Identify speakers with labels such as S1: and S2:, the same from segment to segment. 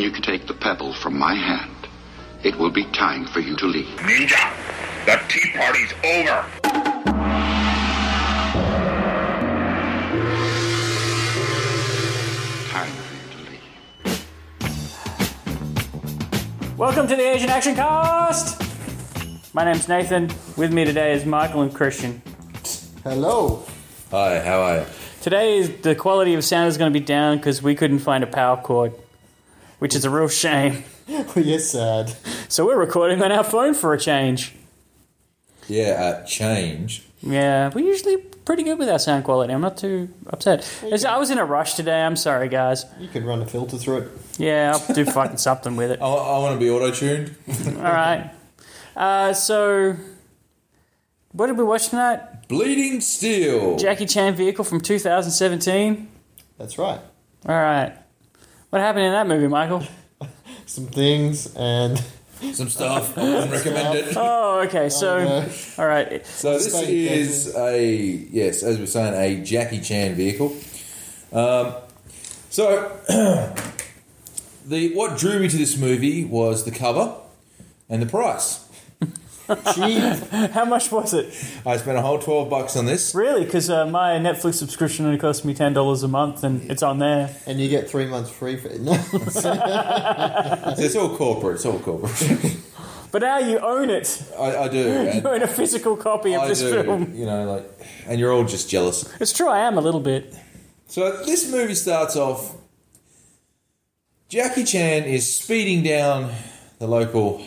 S1: you take the pebble from my hand, it will be time for you to leave.
S2: Ninja, the Tea Party's over.
S1: Time for you to leave.
S3: Welcome to the Asian Action Cast. My name's Nathan. With me today is Michael and Christian.
S4: Hello.
S5: Hi, how are you?
S3: Today is the quality of sound is going to be down because we couldn't find a power cord, which is a real shame.
S4: You're sad.
S3: So we're recording on our phone for a change.
S5: Yeah, at Change.
S3: Yeah, we're usually pretty good with our sound quality. I'm not too upset. It's- I was in a rush today. I'm sorry, guys.
S4: You can run a filter through it.
S3: Yeah, I'll do fucking something with it.
S5: I, I want to be auto tuned.
S3: All right. Uh, so, what did we watch tonight?
S5: Bleeding Steel.
S3: Jackie Chan vehicle from 2017.
S4: That's right.
S3: All right. What happened in that movie, Michael?
S4: Some things and
S5: Some stuff. I wouldn't recommend it.
S3: Oh, okay. So,
S4: no.
S3: all right.
S5: So this
S4: Spain
S5: is a yes, as we're saying, a Jackie Chan vehicle. Um, so the what drew me to this movie was the cover and the price.
S4: cheap.
S3: How much was it?
S5: I spent a whole twelve bucks on this.
S3: Really? Because uh, my Netflix subscription only cost me ten dollars a month, and it's on there.
S4: and you get three months free for it. No.
S5: It's all corporate. It's all corporate.
S3: But now you own it.
S5: I, I do.
S3: You
S5: And
S3: own a physical copy of
S5: I
S3: this
S5: do.
S3: film.
S5: You know, like, and you're all just jealous.
S3: It's true. I am a little bit.
S5: So this movie starts off. Jackie Chan is speeding down the local.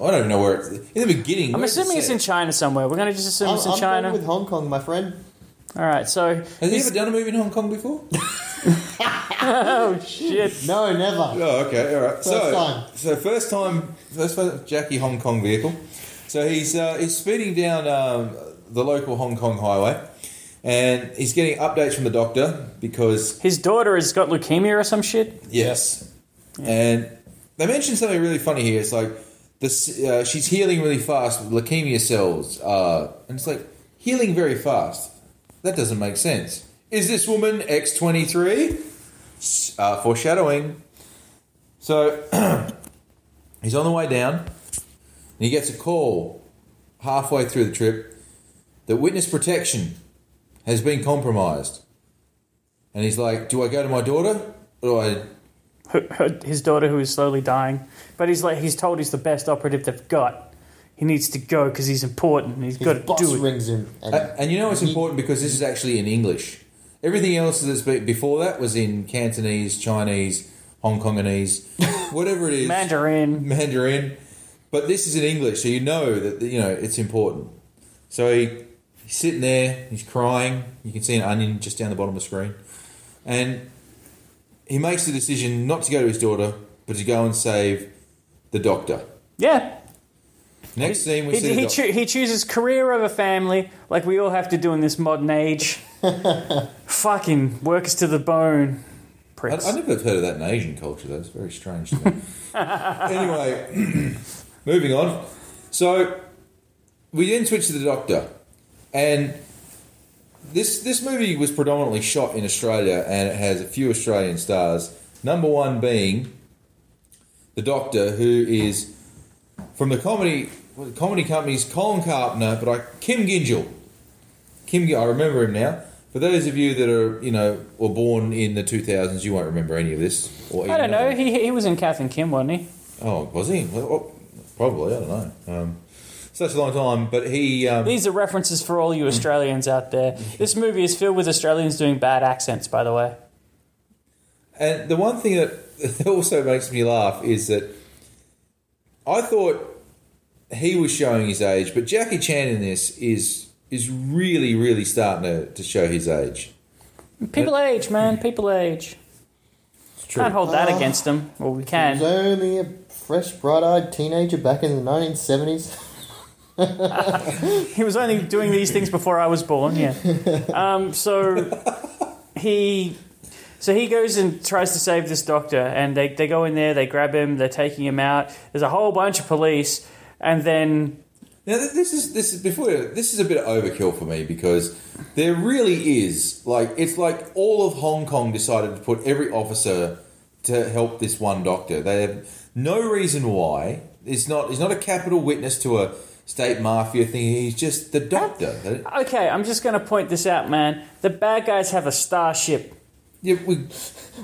S5: I don't even know where it's in the beginning.
S3: I'm assuming it's in China somewhere. We're going to just assume
S4: I'm,
S3: it's in
S4: I'm
S3: China.
S4: going with Hong Kong, my friend.
S3: All right. So,
S5: Has he ever done a movie in Hong Kong before?
S3: oh shit.
S4: No, never.
S5: oh, okay, all right. First so,
S4: time.
S5: so first time, first time Jackie Hong Kong vehicle. So he's uh, he's speeding down um, the local Hong Kong highway, and he's getting updates from the doctor because
S3: His daughter has got leukemia or some shit.
S5: Yes. And they mentioned something really funny here. It's like this, uh, she's healing really fast. with Leukemia cells, uh, and it's like healing very fast. That doesn't make sense. Is this woman X twenty three? Foreshadowing. So he's on the way down, and he gets a call halfway through the trip that witness protection has been compromised. And he's like, "Do I go to my daughter, or do I
S3: Her, her, his daughter, who is slowly dying, but he's like he's told he's the best operative they've got. He needs to go because he's important. and he's
S4: His
S3: got to
S4: boss
S3: do it.
S4: rings him. And,
S5: Uh, and you know it's important because this is actually in English. Everything else that's be- before that was in Cantonese, Chinese, Hong Konganese, whatever it is,
S3: Mandarin.
S5: Mandarin. But this is in English, so you know that you know it's important. So he, he's sitting there, he's crying. You can see an onion just down the bottom of the screen, and he makes the decision not to go to his daughter, but to go and save the doctor.
S3: Yeah.
S5: Next scene we
S3: He,
S5: see the
S3: he,
S5: doc-
S3: choo- he chooses career over family, like we all have to do in this modern age. Fucking workers to the bone,
S5: I,
S3: pricks.
S5: I never have heard of that in Asian culture. though. It's very strange to me. anyway, moving on. So we then switch to the Doctor, and this this movie was predominantly shot in Australia, and it has a few Australian stars. Number one being the Doctor, who is from the comedy well, the comedy companies Colin Carpenter, but I Kim Gingell. Kim, Gi- I remember him now. For those of you that are, you know, or born in the 2000s, you won't remember any of this. Or
S3: I don't
S5: even
S3: know. He, he was in Kath and Kim, wasn't he?
S5: Oh, was he? Well, oh, probably. I don't know. Um, such a long time, but he. Um,
S3: These are references for all you Australians out there. This movie is filled with Australians doing bad accents, by the way.
S5: and the one thing that also makes me laugh is that I thought he was showing his age, but Jackie Chan in this is is really, really starting to, to show his age.
S3: People age, man. People age.
S5: It's Uh,
S3: Can't hold that against them. Well, we
S4: He was
S3: can.
S4: only a fresh, bright-eyed teenager back in the 1970s.
S3: He was only doing these things before I was born. Yeah. Um, so he, so he goes and tries to save this doctor, and they they go in there, they grab him, they're taking him out. There's a whole bunch of police, and then
S5: Now th- this is this is before this is a bit of overkill for me because there really is like it's like all of Hong Kong decided to put every officer to help this one doctor. They have no reason why. It's not. He's not a capital witness to a state mafia thing. He's just the doctor. They-
S3: Okay, I'm just going to point this out, man. The bad guys have a starship.
S5: Yeah, we,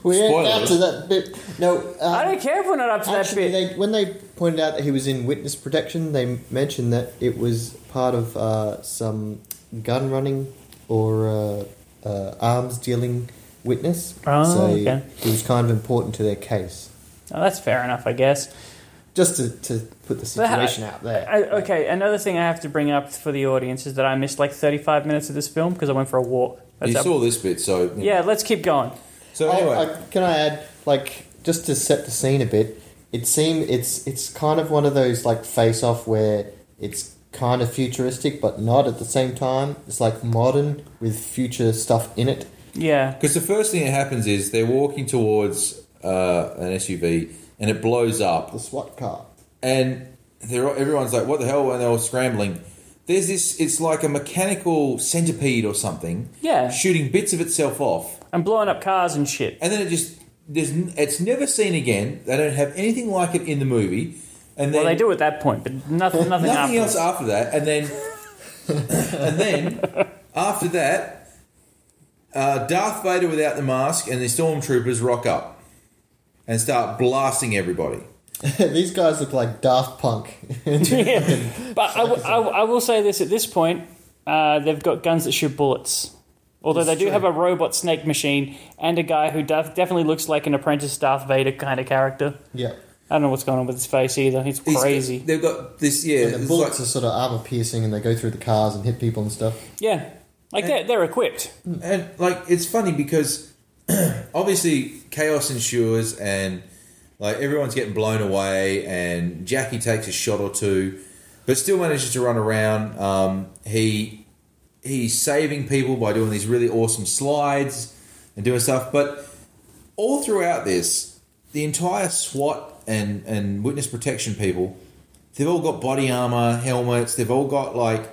S4: We ain't
S5: Spoilers.
S4: out to that bit. No, um,
S3: I don't care if we're not up to that
S4: actually,
S3: bit.
S4: they, when they pointed out that he was in witness protection, they mentioned that it was part of uh, some gun running or uh, uh, arms dealing witness.
S3: Oh,
S4: so
S3: okay.
S4: it was kind of important to their case.
S3: Oh, that's fair enough, I guess.
S4: Just to, to put the
S3: But-
S4: situation out there.
S3: I, Uh, okay, another thing I have to bring up for the audience is that I missed like 35 minutes of this film because I went for a walk. That's
S5: you
S3: up-
S5: saw this bit, so you know.
S3: yeah, let's keep going.
S5: So
S4: Oh,
S5: anyway,
S4: I, can I add, like, just to set the scene a bit? It seem it's it's kind of one of those like face off where it's kind of futuristic but not at the same time. It's like modern with future stuff in it.
S3: Yeah.
S5: Because the first thing that happens is they're walking towards uh, an SUV and it blows up,
S4: The SWAT car.
S5: and they're all- everyone's like, "What the hell?" and they're all scrambling. There's this. It's like a mechanical centipede or something.
S3: Yeah.
S5: Shooting bits of itself off,
S3: I'm blowing up cars and shit.
S5: and then it just there's n- it's never seen again. They don't have anything like it in the movie, and then
S3: Well, they do at that point, but nothing, nothing, after.
S5: nothing else after that. And then and then after that, uh, Darth Vader without the mask and the stormtroopers rock up and start blasting everybody.
S4: These guys look like Daft Punk.
S3: Yeah. But I, w- I w- I will say this at this point, uh, they've got guns that shoot bullets. Although
S4: That's
S3: they do
S4: true.
S3: have a robot snake machine and a guy who def- definitely looks like an apprentice Darth Vader kind of character.
S4: yeah.
S3: I don't know what's going on with his face either. He's
S5: These-
S3: crazy.
S5: They've got this. Yeah,
S4: The
S5: it's
S4: bullets are
S5: like-
S4: sort of armor piercing and they go through the cars and hit people and stuff.
S3: yeah. Like they're, they're equipped.
S5: and like it's funny because obviously chaos ensues and like everyone's getting blown away and Jackie takes a shot or two, but still manages to run around. Um, he he's saving people by doing these really awesome slides and doing stuff. But all throughout this, the entire SWAT and and witness protection people, they've all got body armor, helmets. They've all got like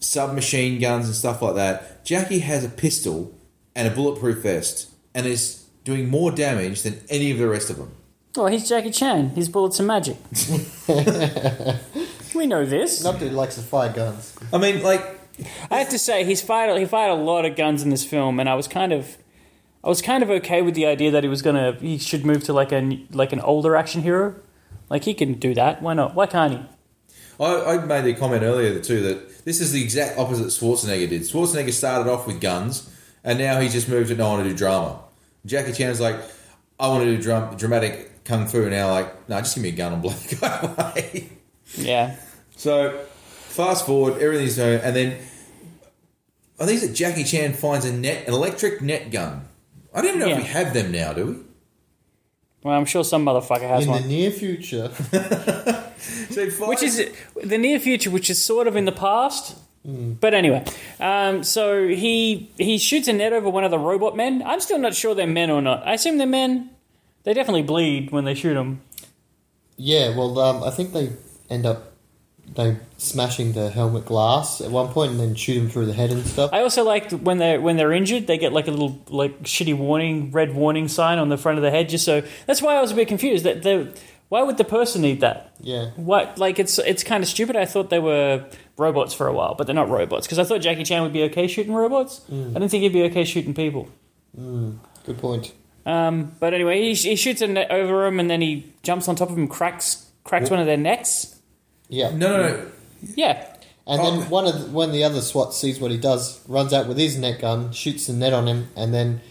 S5: submachine guns and stuff like that. Jackie has a pistol and a bulletproof vest and is doing more damage than any of the rest of them.
S3: Well, he's Jackie Chan. His bullets are magic. we know this.
S4: That dude likes to fire guns.
S5: I mean, like,
S3: I have to say, he's fired. He fired a lot of guns in this film, and I was kind of, I was kind of okay with the idea that he was gonna, he should move to like an like an older action hero. Like he can do that. Why not? Why can't he?
S5: I, I made the comment earlier too that this is the exact opposite Schwarzenegger did. Schwarzenegger started off with guns and now he's just moved it. No, I want to do drama. Jackie Chan's like, I want to do dram- dramatic kung fu. Now, like, no, just give me a gun and blow the guy away.
S3: Yeah.
S5: So fast forward, everything's known, and then I think that Jackie Chan finds a net, an electric net gun. I don't even know
S3: Yeah.
S5: if we have them now, do we?
S3: Well, I'm sure some motherfucker has
S4: In the
S3: one.
S4: near future.
S5: So he finds-
S3: Which is the near future, which is sort of in the past.
S4: Hmm.
S3: But anyway, um, so he he shoots a net over one of the robot men. I'm still not sure they're men or not. I assume they're men. They definitely bleed when they shoot them.
S4: Yeah, well, um, I think they end up they smashing the helmet glass at one point and then shoot him through the head and stuff.
S3: I also liked when they when they're injured, they get like a little like shitty warning, red warning sign on the front of the head. Just so that's why I was a bit confused. That they, why would the person need that?
S4: yeah,
S3: What like it's it's kind of stupid. I thought they were robots for a while, but they're not robots because I thought Jackie Chan would be okay shooting robots.
S5: Mm.
S3: I didn't think he'd be okay shooting people.
S4: good point.
S3: Um, but anyway, he, he shoots a net over him and then he jumps on top of him, cracks cracks one of their necks.
S4: Yeah,
S5: no, no, no.
S3: Yeah,
S4: and
S5: Oh.
S4: then one of the, when the other SWAT sees what he does, runs out with his net gun, shoots the net on him, and then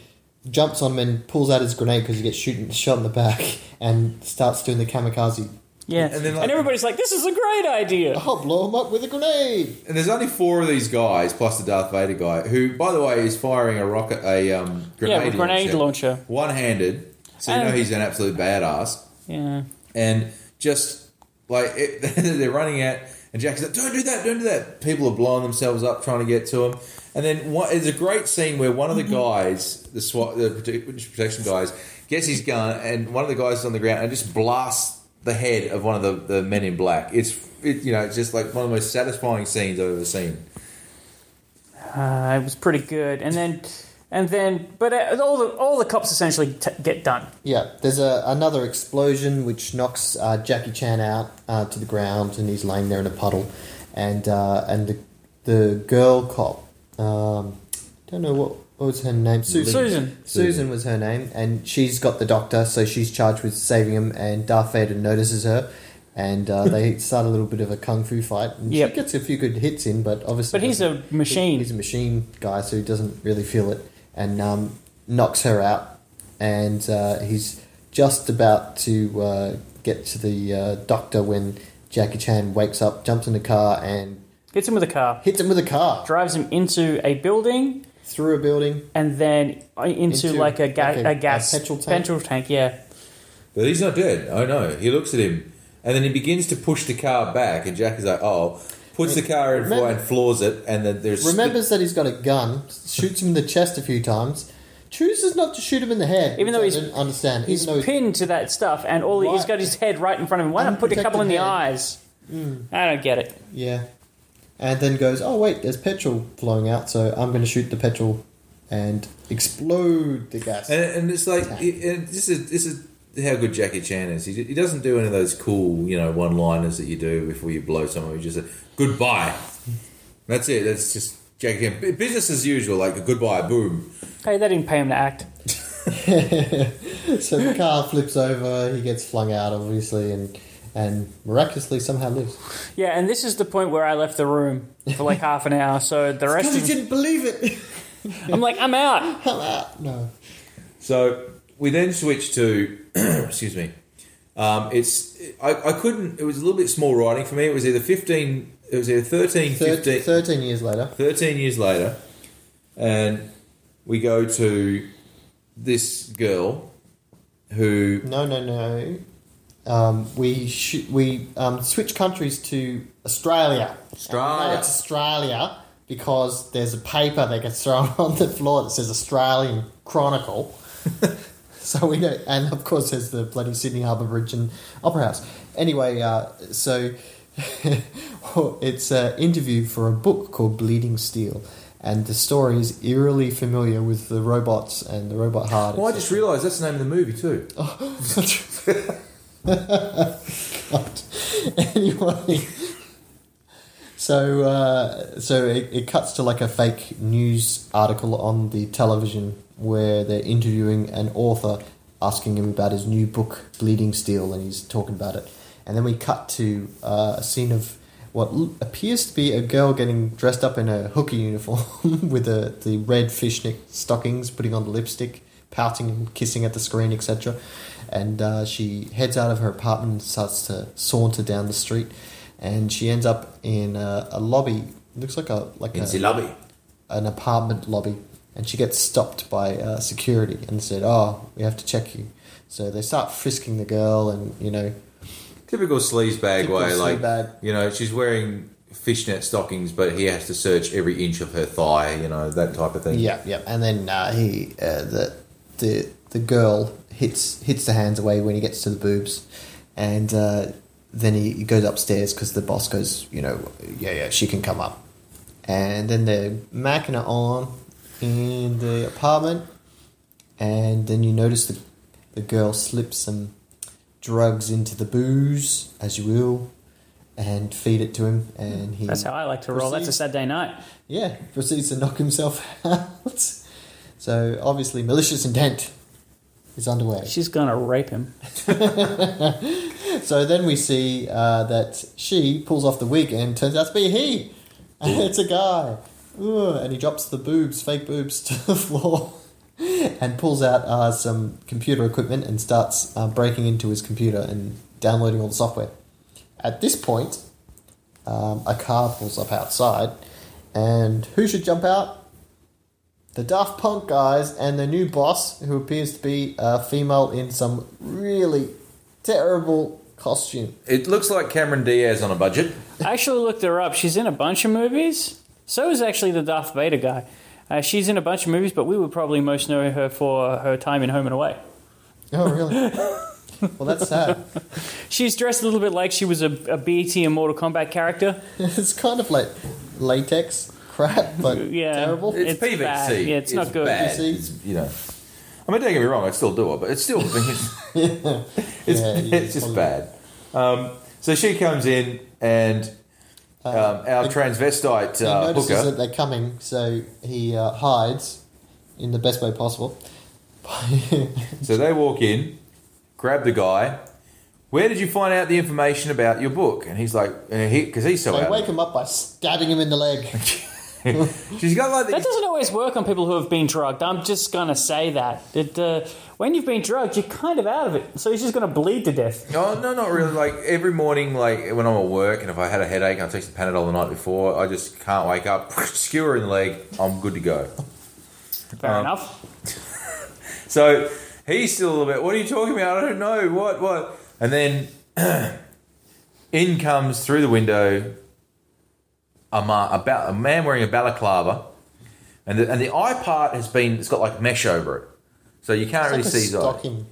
S4: jumps on him and pulls out his grenade because he gets shooting, shot in the back and starts doing the kamikaze.
S3: yeah.
S5: And then, like-
S3: and everybody's like, "This is a great idea."
S4: I'll blow him up with a grenade.
S5: And there's only four of these guys, plus the Darth Vader guy, who, by the way, is firing a rocket, a um,
S3: Yeah,
S5: grenade,
S3: with grenade launcher.
S5: one-handed. So you know
S3: And-
S5: he's an absolute badass,
S3: Yeah.
S5: and just like it, they're running out, and Jackie's like, "Don't do that! Don't do that!" People are blowing themselves up trying to get to him, and then one, there's a great scene where one of the guys, the SWAT, the prote- witness protection guys, gets his gun, and one of the guys is on the ground and just blasts the head of one of the, the men in black. It's it, you know, it's just like one of the most satisfying scenes I've ever seen.
S3: Uh, it was pretty good. And then And then, but uh, all the all the cops essentially t- get done.
S4: Yeah, there's a, another explosion which knocks uh, Jackie Chan out uh, to the ground, and he's laying there in a puddle. And uh, and the the girl cop, um, don't know what, what was her name. Susan.
S3: Susan.
S4: Susan was her name, and she's got the doctor, so she's charged with saving him. And Darth Vader notices her, and uh, they start a little bit of a kung fu fight. And
S3: Yep.
S4: she gets a few good hits in, but obviously,
S3: But he's a
S4: doesn't-
S3: machine.
S4: He's a machine guy, so he doesn't really feel it, and um, knocks her out. And uh, he's just about to uh, get to the uh, doctor when Jackie Chan wakes up, jumps in the car, and
S3: Gets him with a car,
S4: hits him with a car
S3: drives him into a building,
S4: through a building.
S3: and then uh, into,
S4: Into
S3: like a, ga-
S4: like a-
S3: a gas
S4: a petrol tank?
S3: Yeah,
S5: But he's not dead. I know. He looks at him, and then he begins to push the car back, and Jack is like, "Oh." Puts the car in
S4: Remember-
S5: fly and floors it, and then there's
S4: Remembers that he's got a gun, shoots him in the chest a few times. Chooses not to shoot him in the head,
S3: Even though
S4: which I
S3: he's-
S4: didn't understand.
S3: he's
S4: even though
S3: pinned to that stuff, and all he- he's
S4: Right.
S3: got his head right in front of him. Why not put a couple in the
S4: Unprotected
S3: eyes?
S4: Hmm.
S3: I don't get it.
S4: Yeah. And then goes, oh, wait, there's petrol flowing out, so I'm going to shoot the petrol and explode the gas.
S5: And, and it's like it- and this is this is how good Jackie Chan is. He, he doesn't do any of those cool you know one liners that you do before you blow someone. He just said goodbye. That's it. That's just Jackie Chan. Bu- Business as usual. Like a goodbye. Boom.
S3: Hey, they didn't pay him to act.
S4: so the car flips over, he gets flung out, obviously, and, and miraculously somehow lives.
S3: Yeah, and this is the point where I left the room for like half an hour. So the rest
S4: Because he
S3: of
S4: didn't believe it.
S3: I'm like, I'm out.
S4: Come out. No.
S5: So we then switch to excuse me. Um, it's I, I couldn't. It was a little bit small writing for me. It was either fifteen. It was either 13,
S4: Thir-
S5: 15
S4: 13 years later.
S5: 13 years later, and we go to this girl who.
S4: No, no, no. Um, we sh- we um, switch countries to Australia.
S5: Australia.
S4: And we know it's Australia because there's a paper that gets thrown on the floor that says Australian Chronicle. so we know, and of course, there's the bloody Sydney Harbour Bridge and Opera House. Anyway, uh, so it's an interview for a book called Bleeding Steel. And the story is eerily familiar with the robots and the robot heart.
S5: Well, I just realised that's the name of the movie too.
S4: God. anyway, so uh, so it, it cuts to like a fake news article on the television where they're interviewing an author, asking him about his new book, Bleeding Steel, and he's talking about it. And then we cut to uh, a scene of what l- appears to be a girl getting dressed up in a hooker uniform with a, the red fishnet stockings, putting on the lipstick, pouting and kissing at the screen, etc. And uh, she heads out of her apartment and starts to saunter down the street. And she ends up in a, a lobby. Looks like a like a,
S5: lobby.
S4: an apartment lobby and she gets stopped by uh, security and said, Oh, we have to check you. So they start frisking the girl and, you know,
S5: Typical sleaze bag
S4: Typical
S5: way, like
S4: sleazebag.
S5: you know, she's wearing fishnet stockings, but he has to search every inch of her thigh, you know, that type of thing.
S4: yeah, yeah. And then uh, he, uh, the, the, the girl hits, hits the hands away when he gets to the boobs and uh, then he, he goes upstairs because the boss goes, you know, yeah, yeah, she can come up. And then they're macking it on in the apartment and then you notice the, the girl slips some drugs into the booze, as you will, and feed it to him, and he
S3: That's how I like to roll. That's a Saturday night.
S4: yeah proceeds to knock himself out. So obviously, malicious intent is underway.
S3: She's gonna rape him.
S4: So then we see uh, that she pulls off the wig and turns out to be he. it's a guy. Ooh, and he drops the boobs, fake boobs, to the floor and pulls out uh, some computer equipment and starts uh, breaking into his computer and downloading all the software. At this point, um, a car pulls up outside, and who should jump out? The Daft Punk guys and their new boss, who appears to be a female in some really terrible costume.
S5: It looks like Cameron Diaz on a budget.
S3: I actually looked her up. She's in a bunch of movies. So is actually the Darth Vader guy. Uh, she's in a bunch of movies, but we would probably most know her for her time in Home and Away.
S4: Oh, really? well, that's sad.
S3: She's dressed a little bit like she was a, a BT and Mortal Kombat character.
S4: It's kind of like latex crap, but
S3: Yeah.
S4: terrible.
S5: It's,
S3: It's
S5: PVC.
S3: bad. Yeah, it's not good.
S5: Bad.
S4: PVC.
S5: It's, you know. I mean, don't get me wrong. I still do it, but it's still it's
S4: it
S5: it's
S4: is
S5: just
S4: probably-
S5: bad. Um, so she comes in, and um, our
S4: it-
S5: transvestite
S4: He
S5: uh,
S4: notices
S5: hooker.
S4: that they're coming, so he uh, hides in the best way possible.
S5: So they walk in, grab the guy. Where did you find out the information about your book? And he's like, and he because he's so
S4: they
S5: out.
S4: wake him up by stabbing him in the leg.
S5: She's got like
S3: That
S5: these
S3: doesn't always work on people who have been drugged. I'm just going to say that. It, uh, when you've been drugged, you're kind of out of it. So he's just going to bleed to death.
S5: Oh no, not really. Like every morning, like when I'm at work, and if I had a headache, I take some Panadol the night before. I just can't wake up. Skewer in the leg, I'm good to go.
S3: Fair enough.
S5: So he's still a little bit. What are you talking about? I don't know. What? What? And then in comes through the window a, ma- a, ba- a man wearing a balaclava, and the, and the eye part has been. It's got like mesh over it, so you can't really
S4: Like a
S5: see his eye.
S4: stocking.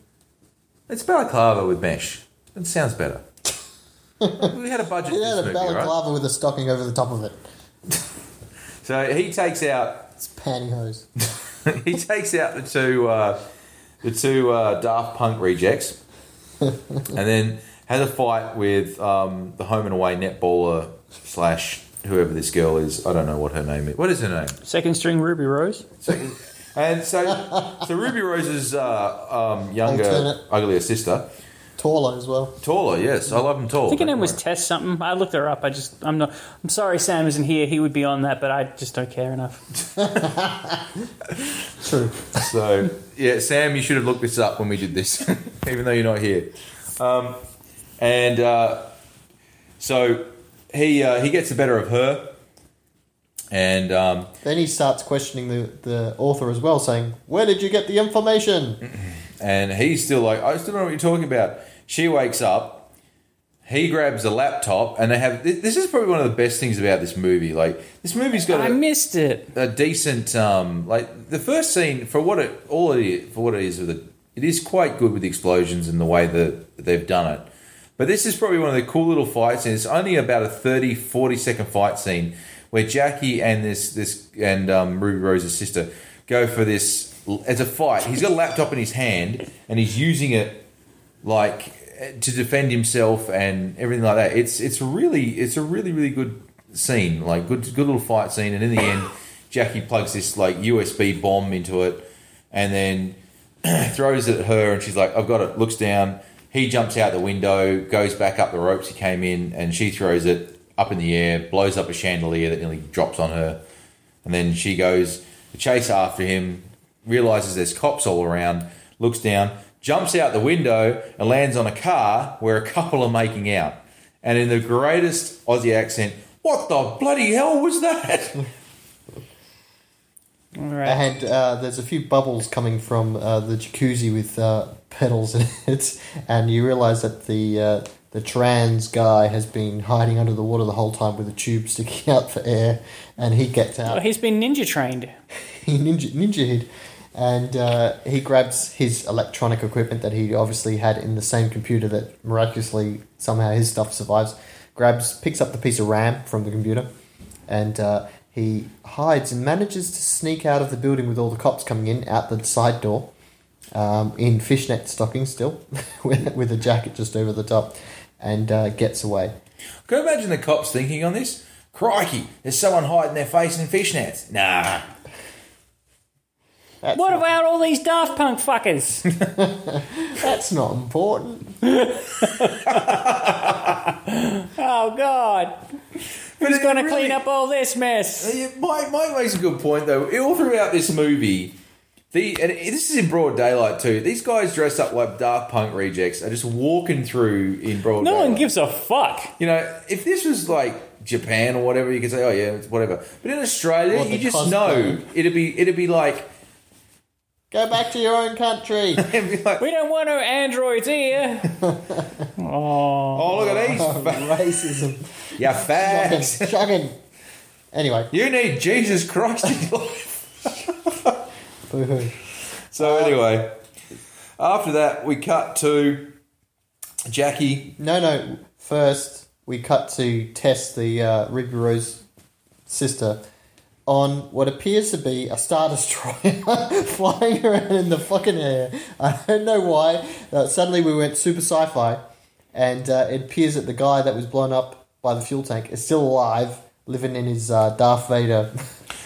S5: It's balaclava with mesh. It sounds better. we had a budget.
S4: He
S5: for this
S4: had a
S5: movie, right?
S4: balaclava with a stocking over the top of it.
S5: So he takes out
S4: It's pantyhose.
S5: he takes out the two uh, the two uh, Daft Punk rejects, and then has a fight with um, the home and away netballer slash whoever this girl is. I don't know what her name is. What is her name?
S3: Second string Ruby Rose.
S5: And so so Ruby Rose's uh, um, younger
S4: Alternate.
S5: uglier sister,
S4: Taller as well.
S5: taller. Yes, I love him tall.
S3: I think her name was
S5: Don't
S3: Tess something. I looked her up. I just I'm not. I'm sorry, Sam isn't here. He would be on that, but I just don't care enough.
S4: True.
S5: worry. So yeah, Sam, you should have looked this up when we did this, even though you're not here. Um, and uh, so he uh, he gets the better of her, and um,
S4: Then he starts questioning the, the author as well, saying, Where did you get the information?
S5: and he's still like, I still don't know what you're talking about. She wakes up, he grabs a laptop, and they have. thi- This is probably one of the best things about this movie. Like this movie's got
S3: I
S5: a,
S3: missed it.
S5: a decent um, like the first scene for what it all it is, for what it is with it. It is quite good with the explosions and the way that they've done it. But this is probably one of the cool little fights, and it's only about a 30, 40 second fight scene where Jackie and this this and um, Ruby Rose's sister go for this. It's a fight. He's got a laptop in his hand, and he's using it like to defend himself and everything like that. It's it's really it's a really really good scene, like good good little fight scene. And in the end, Jackie plugs this like USB bomb into it, and then throws it at her, and she's like, "I've got it." Looks down. He jumps out the window, goes back up the ropes he came in, and she throws it up in the air, blows up a chandelier that nearly drops on her. And then she goes to chase after him, realizes there's cops all around, looks down, jumps out the window, and lands on a car where a couple are making out. And in the greatest Aussie accent, what the bloody hell was that?
S3: All right.
S4: And uh, there's a few bubbles coming from uh, the jacuzzi with uh, petals in it, and you realize that the. Uh, the trans guy has been hiding under the water the whole time with a tube sticking out for air, and he gets out.
S3: Well, Oh, he's been ninja trained.
S4: he ninja ninja hid, and uh, he grabs his electronic equipment that he obviously had in the same computer that miraculously somehow his stuff survives. Grabs, picks up the piece of RAM from the computer, and uh, he hides and manages to sneak out of the building with all the cops coming in out the side door, um, in fishnet stockings still, with, with a jacket just over the top, and uh, gets away.
S5: Can you imagine the cops thinking on this? Crikey, there's someone hiding their face in fishnets. Nah.
S4: That's
S3: What
S4: not,
S3: about all these Daft Punk fuckers?
S4: that's not important.
S3: oh God!
S5: But
S3: Who's
S5: it
S3: going to
S5: really-
S3: clean up all this mess?
S5: Yeah, Mike, Mike makes a good point though. All throughout this movie, the and this is in broad daylight too. These guys dressed up like Daft Punk rejects are just walking through in broad.
S3: No one
S5: daylight.
S3: gives a fuck.
S5: You know, if this was like Japan or whatever, you could say, oh yeah, it's whatever. But in Australia,
S4: Or
S5: you
S4: the
S5: just
S4: cosplay.
S5: know it'd be it'd be like,
S4: Go back to your own country.
S5: it'd be like,
S3: We don't want no androids here. oh,
S5: oh look at these, fa-
S4: Racism.
S5: you fags.
S4: Shocking. Shocking. Anyway,
S5: You need Jesus Christ in your life.
S4: boo-hoo.
S5: So anyway, after that, we cut to Jackie.
S4: no, no. First, we cut to Tess, the uh, Ruby Rose sister, on what appears to be a Star Destroyer flying around in the fucking air. I don't know why. Uh, suddenly we went super sci fi, and uh, it appears that the guy that was blown up by the fuel tank is still alive, living in his uh, Darth Vader.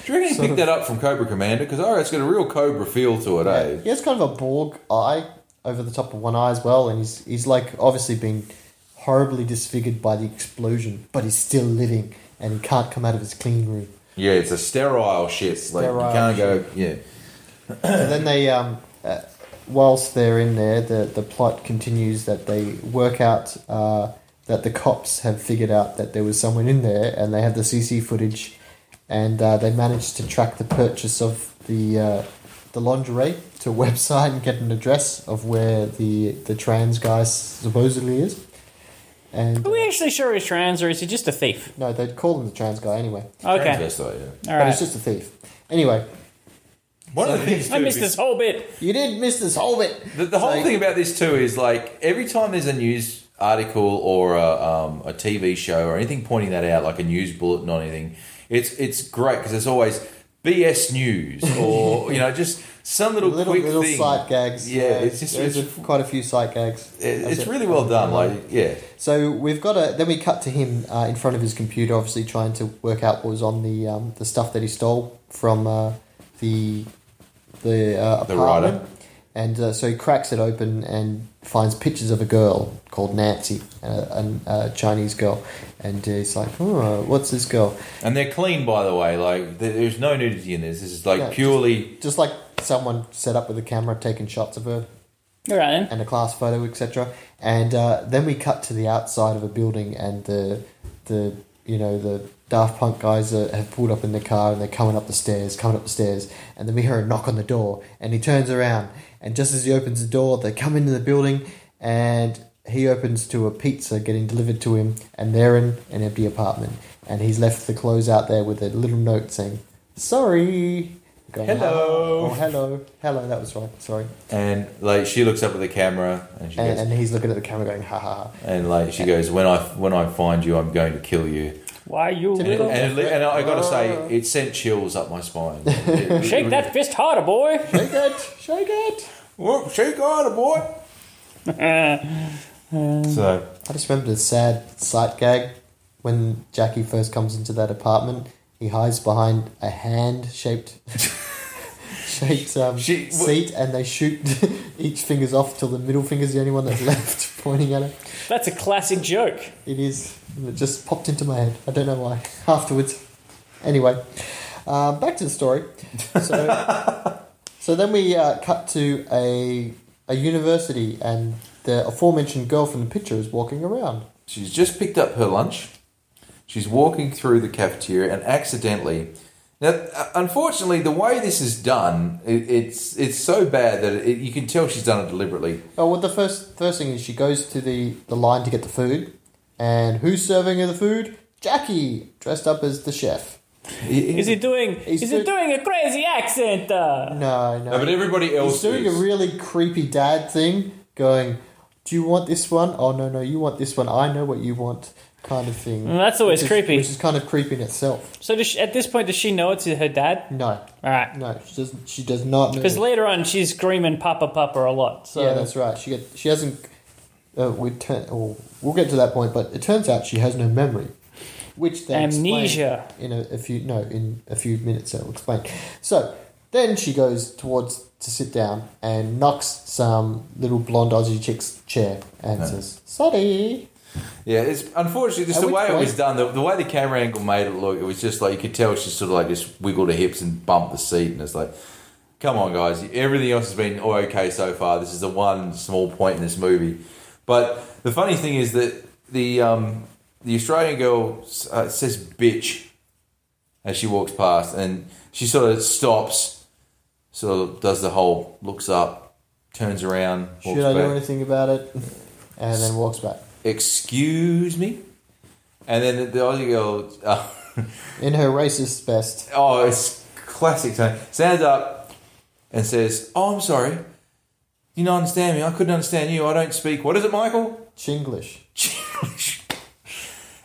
S5: Do you reckon he picked that up from Cobra Commander? Because oh, it's got a real Cobra feel to it, eh?
S4: he has kind of a Borg eye over the top of one eye as well, and he's, he's like obviously been horribly disfigured by the explosion, but he's still living, and he can't come out of his clean room.
S5: Yeah, it's a sterile shit. like
S4: Sterile
S5: you can't go. Yeah,
S4: And then they, um, uh, whilst they're in there, the, the plot continues that they work out uh, that the cops have figured out that there was someone in there, and they have the CC footage, and uh, they managed to track the purchase of the uh, the lingerie to a website and get an address of where the the trans guy supposedly is. And
S3: Are we actually sure he's trans or is he just a thief?
S4: no, they'd call him the trans guy anyway,
S3: Okay.
S5: Transvestite, yeah.
S3: All
S4: but he's
S3: right.
S4: just a thief. Anyway,
S5: One of the things
S3: I
S5: too
S3: missed
S5: is-
S3: this whole bit.
S4: you did miss this whole bit.
S5: The, the whole
S4: So-
S5: thing about this too is like every time there's a news article or a, um, a TV show or anything pointing that out, like a news bulletin or anything, it's it's great because it's always BS news or you know just some little,
S4: little
S5: quick
S4: little
S5: thing.
S4: sight gags.
S5: Yeah, it's just
S4: there's
S5: it's,
S4: a- quite a few sight gags.
S5: it's
S4: That's it.
S5: really well done. Like yeah,
S4: So we've got a. Then we cut to him uh, in front of his computer, obviously trying to work out what was on the um, the stuff that he stole from uh, the the uh,
S5: The
S4: apartment.
S5: writer.
S4: and uh, so he cracks it open and finds pictures of a girl called Nancy, a, a, a Chinese girl, and uh, he's like, "Oh, what's this girl?"
S5: and they're clean by the way. Like there- there's no nudity in this. This is like
S4: Yeah, just-
S5: purely
S4: Just like someone set up with a camera taking shots of her
S3: All right then.
S4: and a class photo, etc. And uh, then we cut to the outside of a building, and the the you know the Daft Punk guys are, have pulled up in the car, and they're coming up the stairs, coming up the stairs, and then we hear a knock on the door, and he turns around, and just as he opens the door, they come into the building, and he opens to a pizza getting delivered to him, and they're in an empty apartment, and he's left the clothes out there with a little note saying, "Sorry." Going,
S5: Hello.
S4: Oh, hello. Hello. That was right. Sorry
S5: and like she looks up at the camera and she goes
S4: and,
S5: and,
S4: and he's looking at the camera going, ha ha ha.
S5: like she goes when I when I find you I'm going to kill you.
S3: Why you
S5: And, it,
S3: little...
S5: and, it, and I
S4: Oh.
S5: gotta say, it sent chills up my spine.
S3: Shake that fist harder, boy.
S4: Shake it, shake it.
S5: Whoa, shake harder, boy. so
S4: I just remembered a sad sight gag when Jackie first comes into that apartment. He hides behind a hand shaped shaped um,
S5: She- wha-
S4: seat and they shoot each finger's off till the middle finger's the only one that's left pointing at him.
S3: That's a classic joke.
S4: It is. It just popped into my head. I don't know why. Afterwards. Anyway, uh, back to the story. So, so then we uh, cut to a, a university, and the aforementioned girl from the picture is walking around.
S5: she's just picked up her lunch. She's walking through the cafeteria and accidentally. Now, uh, unfortunately, the way this is done, it, it's it's so bad that it, you can tell she's done it deliberately.
S4: Oh, well, the first, first thing is she goes to the, the line to get the food, and who's serving her the food? Jackie, dressed up as the chef.
S3: Is he doing?
S4: He's
S3: is he
S4: doing-
S3: doing a crazy accent? Uh,
S4: No, no.
S5: No, but everybody else
S4: He's doing a
S5: is.
S4: really creepy dad thing, going, "Do you want this one? Oh no, no, you want this one. I know what you want." Kind of thing.
S3: Mm, that's always
S4: Which is-
S3: creepy.
S4: Which is kind of creepy in itself.
S3: so does she, at this point, does she know it's her dad?
S4: No,
S3: All right,
S4: no, she doesn't. She does not know.
S3: because later on she's screaming "Papa, Papa" a lot. So
S4: yeah, that's right. She get, she hasn't. Uh, we turn. Or we'll get to that point, but it turns out she has no memory, which they explain
S3: Amnesia.
S4: in a, a few. No, in a few minutes, I'll explain. So then she goes towards to sit down and knocks some little blonde Aussie chick's chair and says, "Sorry."
S5: Yeah, it's unfortunately just
S4: At
S5: the
S4: which
S5: way it
S4: point-
S5: was done. The, the way the camera angle made it look, it was just like you could tell she sort of like just wiggled her hips and bumped the seat, and it's like, come on, guys, everything else has been all okay so far. This is the one small point in this movie. But the funny thing is that the um, the Australian girl uh, says "bitch" as she walks past, and she sort of stops, sort of does the whole looks up, turns around, walks
S4: Should I
S5: back
S4: do anything about it? And then walks back.
S5: excuse me and then the, the Aussie girl uh,
S4: In her racist best.
S5: oh it's classic tone stands up and says oh I'm sorry you don't understand me I couldn't understand you I don't speak what is it Michael
S4: Chinglish.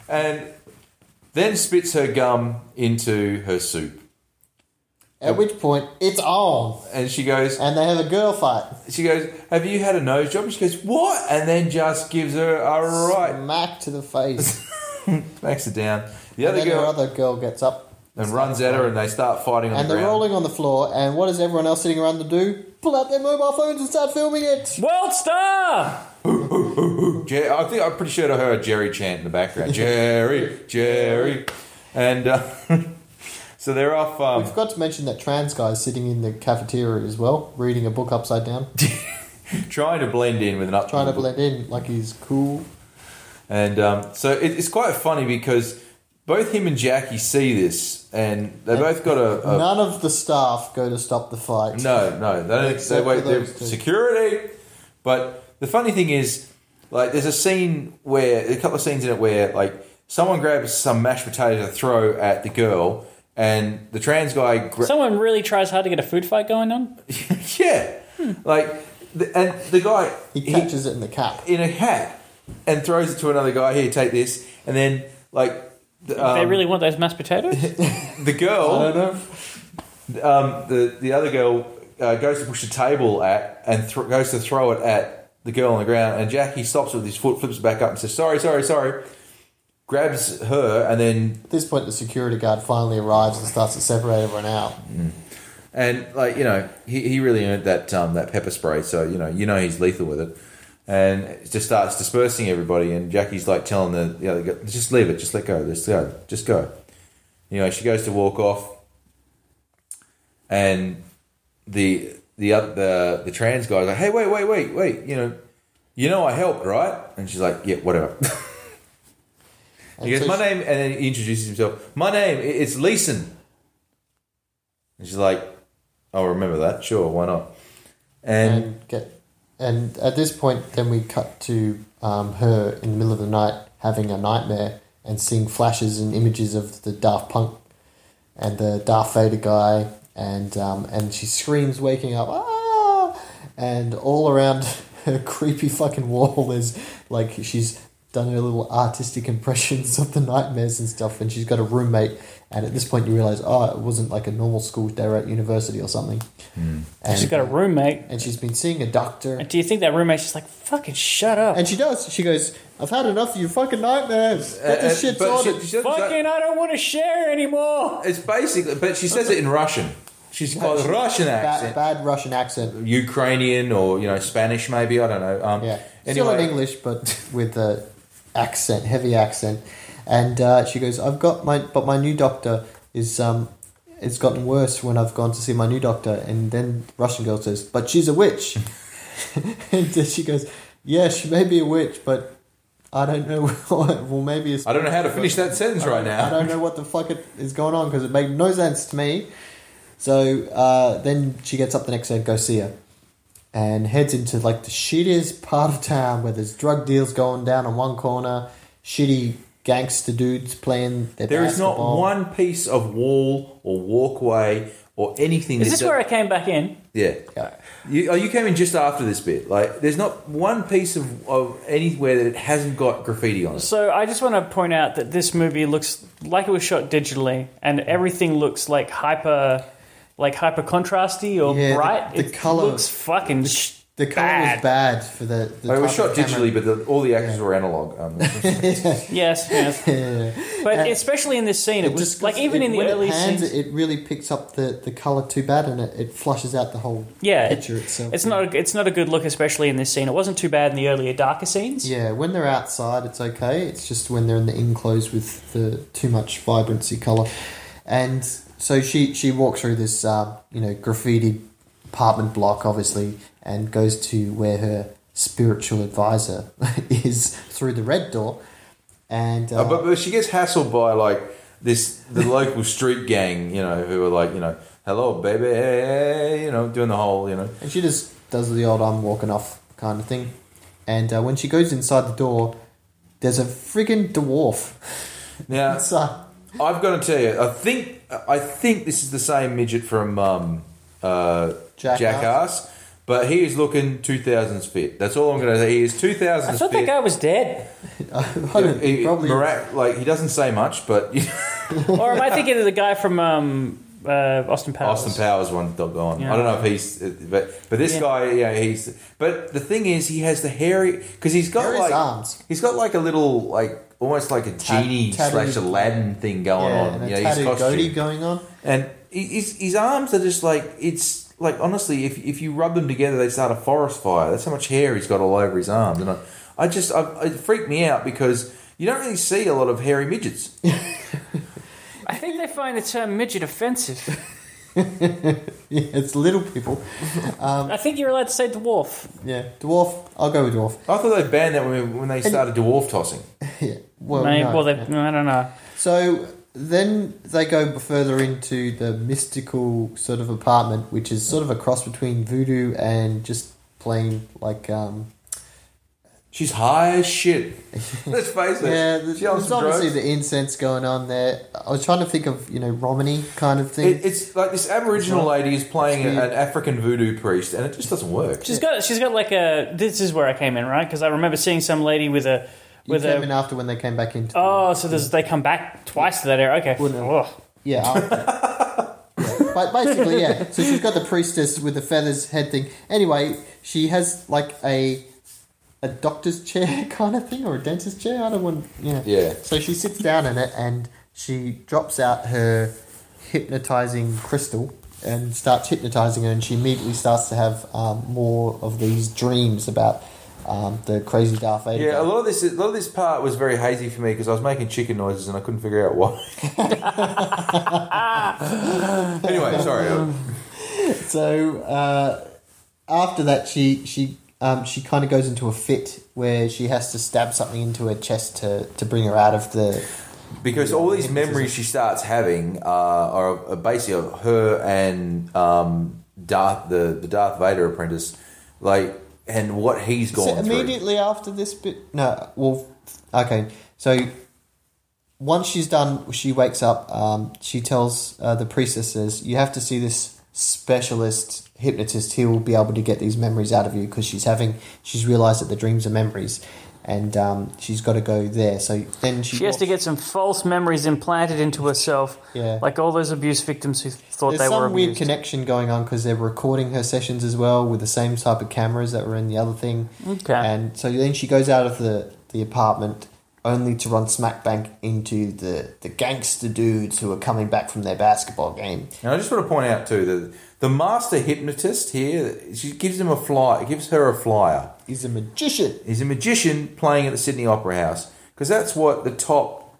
S5: and then spits her gum into her soup
S4: At which point, it's on,
S5: And she goes,
S4: and they have a girl fight.
S5: she goes, have you had a nose job? And she goes, what? And then just gives her a right,
S4: Smack to the face.
S5: smacks her down. The
S4: and
S5: other
S4: then her
S5: girl
S4: other girl gets up
S5: and runs at her, and they start fighting on
S4: and
S5: the
S4: they're
S5: ground.
S4: rolling on the floor. And what does everyone else sitting around to do? Pull out their mobile phones and start filming it.
S3: World Star!
S5: Jer- I think I'm pretty sure I heard Jerry chant in the background. Jerry, Jerry, and uh, so they're off.
S4: I
S5: Um,
S4: forgot to mention that trans guy is sitting in the cafeteria as well, reading a book upside down,
S5: trying to blend in with an up.
S4: trying to blend in like he's cool.
S5: And um, so it, it's quite funny because both him and Jackie see this, and they both got a. a
S4: None of the staff go to stop the fight.
S5: Oh. no, no, they don't. They
S4: Except
S5: wait.
S4: for
S5: They're
S4: those two.
S5: security. But the funny thing is, like, there's a scene where there's a couple of scenes in it where like someone grabs some mashed potato to throw at the girl, and the trans guy. Gra-
S6: Someone really tries hard to get a food fight going on.
S5: Yeah, like, the, and the guy
S4: He catches it in the cap.
S5: in a hat and throws it to another guy. Here, take this, and then like the, um,
S6: they really want those mashed potatoes.
S5: the girl, um, the the other girl uh, goes to push the table at and thr goes to throw it at the girl on the ground, and Jackie stops with his foot, flips it back up, and says, "Sorry, sorry, sorry." Grabs her and then
S4: At this point, the security guard finally arrives and starts to separate everyone out.
S5: and like you know he, he really earned that um, that pepper spray so you know you know he's lethal with it and it just starts dispersing everybody and Jackie's like telling the, the other guy just leave it just let go just go just go anyway she goes to walk off and the the other the, the trans guy's like hey wait wait wait wait you know you know I helped right and she's like yeah whatever
S4: And
S5: he goes
S4: so
S5: my
S4: she-
S5: name and then he introduces himself my name i- it's Leeson and she's like I'll remember that. Sure, why not? And
S4: and get and at this point then we cut to um, her in the middle of the night having a nightmare and seeing flashes and images of the Daft Punk and the Darth Vader guy and um, and she screams waking up ah! and all around her creepy fucking wall is like she's done her little artistic impressions of the nightmares and stuff and she's got a roommate and at this point you realize oh it wasn't like a normal school they were at university or something and
S6: She's got a roommate.
S4: and she's been seeing a doctor.
S6: Do you think that roommate's just like fucking shut up?
S4: And she does. She goes, I've had enough of your fucking nightmares. Get
S5: and-
S4: this shit
S5: Uh, but
S4: sorted.
S5: she- she doesn't say-
S6: fucking, I don't want to share anymore.
S5: it's basically, but she says it in Russian. She's got a Russian
S4: bad,
S5: accent,
S4: bad Russian accent.
S5: Ukrainian or you know Spanish, maybe I don't know. Um,
S4: Yeah. Still in
S5: Anyway,
S4: English, but with a accent, heavy accent. And uh, she goes, I've got my, but my new doctor is, um, it's gotten worse when I've gone to see my new doctor. And then Russian girl says, but she's a witch. and then she goes, yeah, she may be a witch, but I don't know. well, maybe it's.
S5: I don't know how to finish that sentence right
S4: I
S5: now.
S4: don't know what the fuck it is going on because it made no sense to me. So uh, then she gets up the next day and goes see her, and heads into like the shittiest part of town where there's drug deals going down on one corner, shitty gangster dudes playing. Their
S5: There is not
S4: basketball.
S5: one piece of wall or walkway or anything.
S3: Is this
S5: that-
S3: where I came back in?
S5: Yeah.
S4: Yeah.
S5: You, oh, you came in just after this bit. Like, there's not one piece of, of anywhere that it hasn't got graffiti on it.
S3: So I just want to point out that this movie looks like it was shot digitally, and everything looks like hyper, like hyper contrasty or
S4: Yeah, the-
S3: bright.
S4: the
S3: it
S4: color-
S3: looks fucking sh-
S4: The color
S3: bad.
S4: was bad for the. the
S5: It was
S4: type
S5: shot
S4: of
S5: digitally,
S4: camera.
S5: but the, all the actors were analog. Um,
S3: Yes, yes. But especially in this scene, it, was
S4: just
S3: like even
S4: it-
S3: in the
S4: when it
S3: early
S4: pans,
S3: scenes.
S4: it really picks up the, the color too bad, and it, it flushes out the whole
S3: yeah, it-
S4: picture itself.
S3: it's not a, it's not a good look, especially in this scene. It wasn't too bad in the earlier darker scenes.
S4: Yeah, when they're outside, it's okay. It's just when they're in the enclosed with the too much vibrancy color, and so she she walks through this uh, you know graffiti apartment block, obviously, and goes to where her spiritual advisor is through the red door, and uh,
S5: Uh, but, but she gets hassled by like this the local street gang, you know, who are like, you know, hello baby, you know, doing the whole, you know,
S4: and she just does the old I'm walking off kind of thing, and uh, when she goes inside the door, there's a friggin' dwarf.
S5: Now,
S4: It's, uh,
S5: I've got to tell you, I think I think this is the same midget from um, uh,
S4: Jackass.
S5: Jackass. but he is looking two thousands fit. That's all I'm going to say. He is two
S6: I
S5: thousands
S6: thought that
S5: fit.
S6: guy was dead.
S4: I don't-
S5: He-
S4: probably
S5: mirac- like he doesn't say much, but
S3: Or am I thinking of the guy from um, uh, Austin Powers.
S5: Austin Powers one doggone.
S3: Yeah.
S5: I don't know if he's, but but this
S3: Yeah.
S5: guy, yeah, he's. But the thing is, he has the hairy because he's got
S4: Hairy
S5: like
S4: arms.
S5: he's got like a little like almost like a genie
S4: tattooed-
S5: slash Aladdin thing going
S4: yeah,
S5: on.
S4: and a
S5: Yeah, he's
S4: tattoo goatee
S5: costume.
S4: going on.
S5: and he- his his arms are just like it's like honestly, if if you rub them together, they start a forest fire. That's how much hair he's got all over his arms, and I, I just I, it freaked me out because you don't really see a lot of hairy midgets.
S3: I think they find the term midget offensive.
S4: Yeah, it's little people. Um,
S3: I think you're allowed to say dwarf.
S4: Yeah, dwarf. I'll go with dwarf.
S5: I thought they banned that when when they started dwarf tossing.
S4: Yeah. Well,
S3: Maybe-
S4: no.
S3: well, they, I don't know.
S4: So then they go further into the mystical sort of apartment, which is sort of a cross between voodoo and just plain like um
S5: She's high as shit. Let's face it.
S4: yeah.
S5: She
S4: There's,
S5: on
S4: there's
S5: some
S4: obviously
S5: drugs.
S4: the incense going on there. I was trying to think of you know Romany kind of thing.
S5: It, it's like this Aboriginal lady is playing a- an African voodoo priest, and it just doesn't work.
S3: She's got she's got like a. This is where I came in, right? Because I remember seeing some lady with a
S4: you
S3: with
S4: came
S3: a.
S4: in after when they came back into. the-
S3: Oh, so there's, they come back twice to that area. Okay. Ugh.
S4: Yeah. I'll- yeah. But basically, yeah. So she's got the priestess with the feathers head thing. Anyway, she has like a a doctor's chair kind of thing or a dentist chair. I don't want. Yeah.
S5: Yeah.
S4: So she sits down in it and she drops out her hypnotizing crystal and starts hypnotizing her, and she immediately starts to have um, more of these dreams about um, the crazy Darth Vader.
S5: Yeah, a
S4: guy.
S5: lot of this, a lot of this part was very hazy for me because I was making chicken noises and I couldn't figure out why. anyway, sorry. uh,
S4: So uh, after that, she she um, she kind of goes into a fit where she has to stab something into her chest to, to bring her out of the.
S5: Because all these memories she starts having uh, are of- are basically of her and um, Darth, the the Darth Vader apprentice, like, and what he's gone
S4: So
S5: through.
S4: immediately after this bit, no, well, okay. So once she's done, she wakes up. Um, she tells uh, the priestesses, "You have to see this specialist hypnotist. He will be able to get these memories out of you because she's having. She's realized that the dreams are memories." And um, she's got to go there. So then she,
S3: She has to get some false memories implanted into herself,
S4: Yeah.
S3: like all those abuse victims who thought
S4: There's
S3: they
S4: some
S3: were
S4: weird
S3: abused.
S4: connection going on because they're recording her sessions as well with the same type of cameras that were in the other thing.
S3: Okay.
S4: And so then she goes out of the, the apartment only to run smack bang into the, the gangster dudes who are coming back from their basketball game.
S5: And I just want to point out too that the master hypnotist here, she gives him a fly, gives her a flyer.
S4: He's a magician.
S5: He's a magician playing at the Sydney Opera House because that's what the top,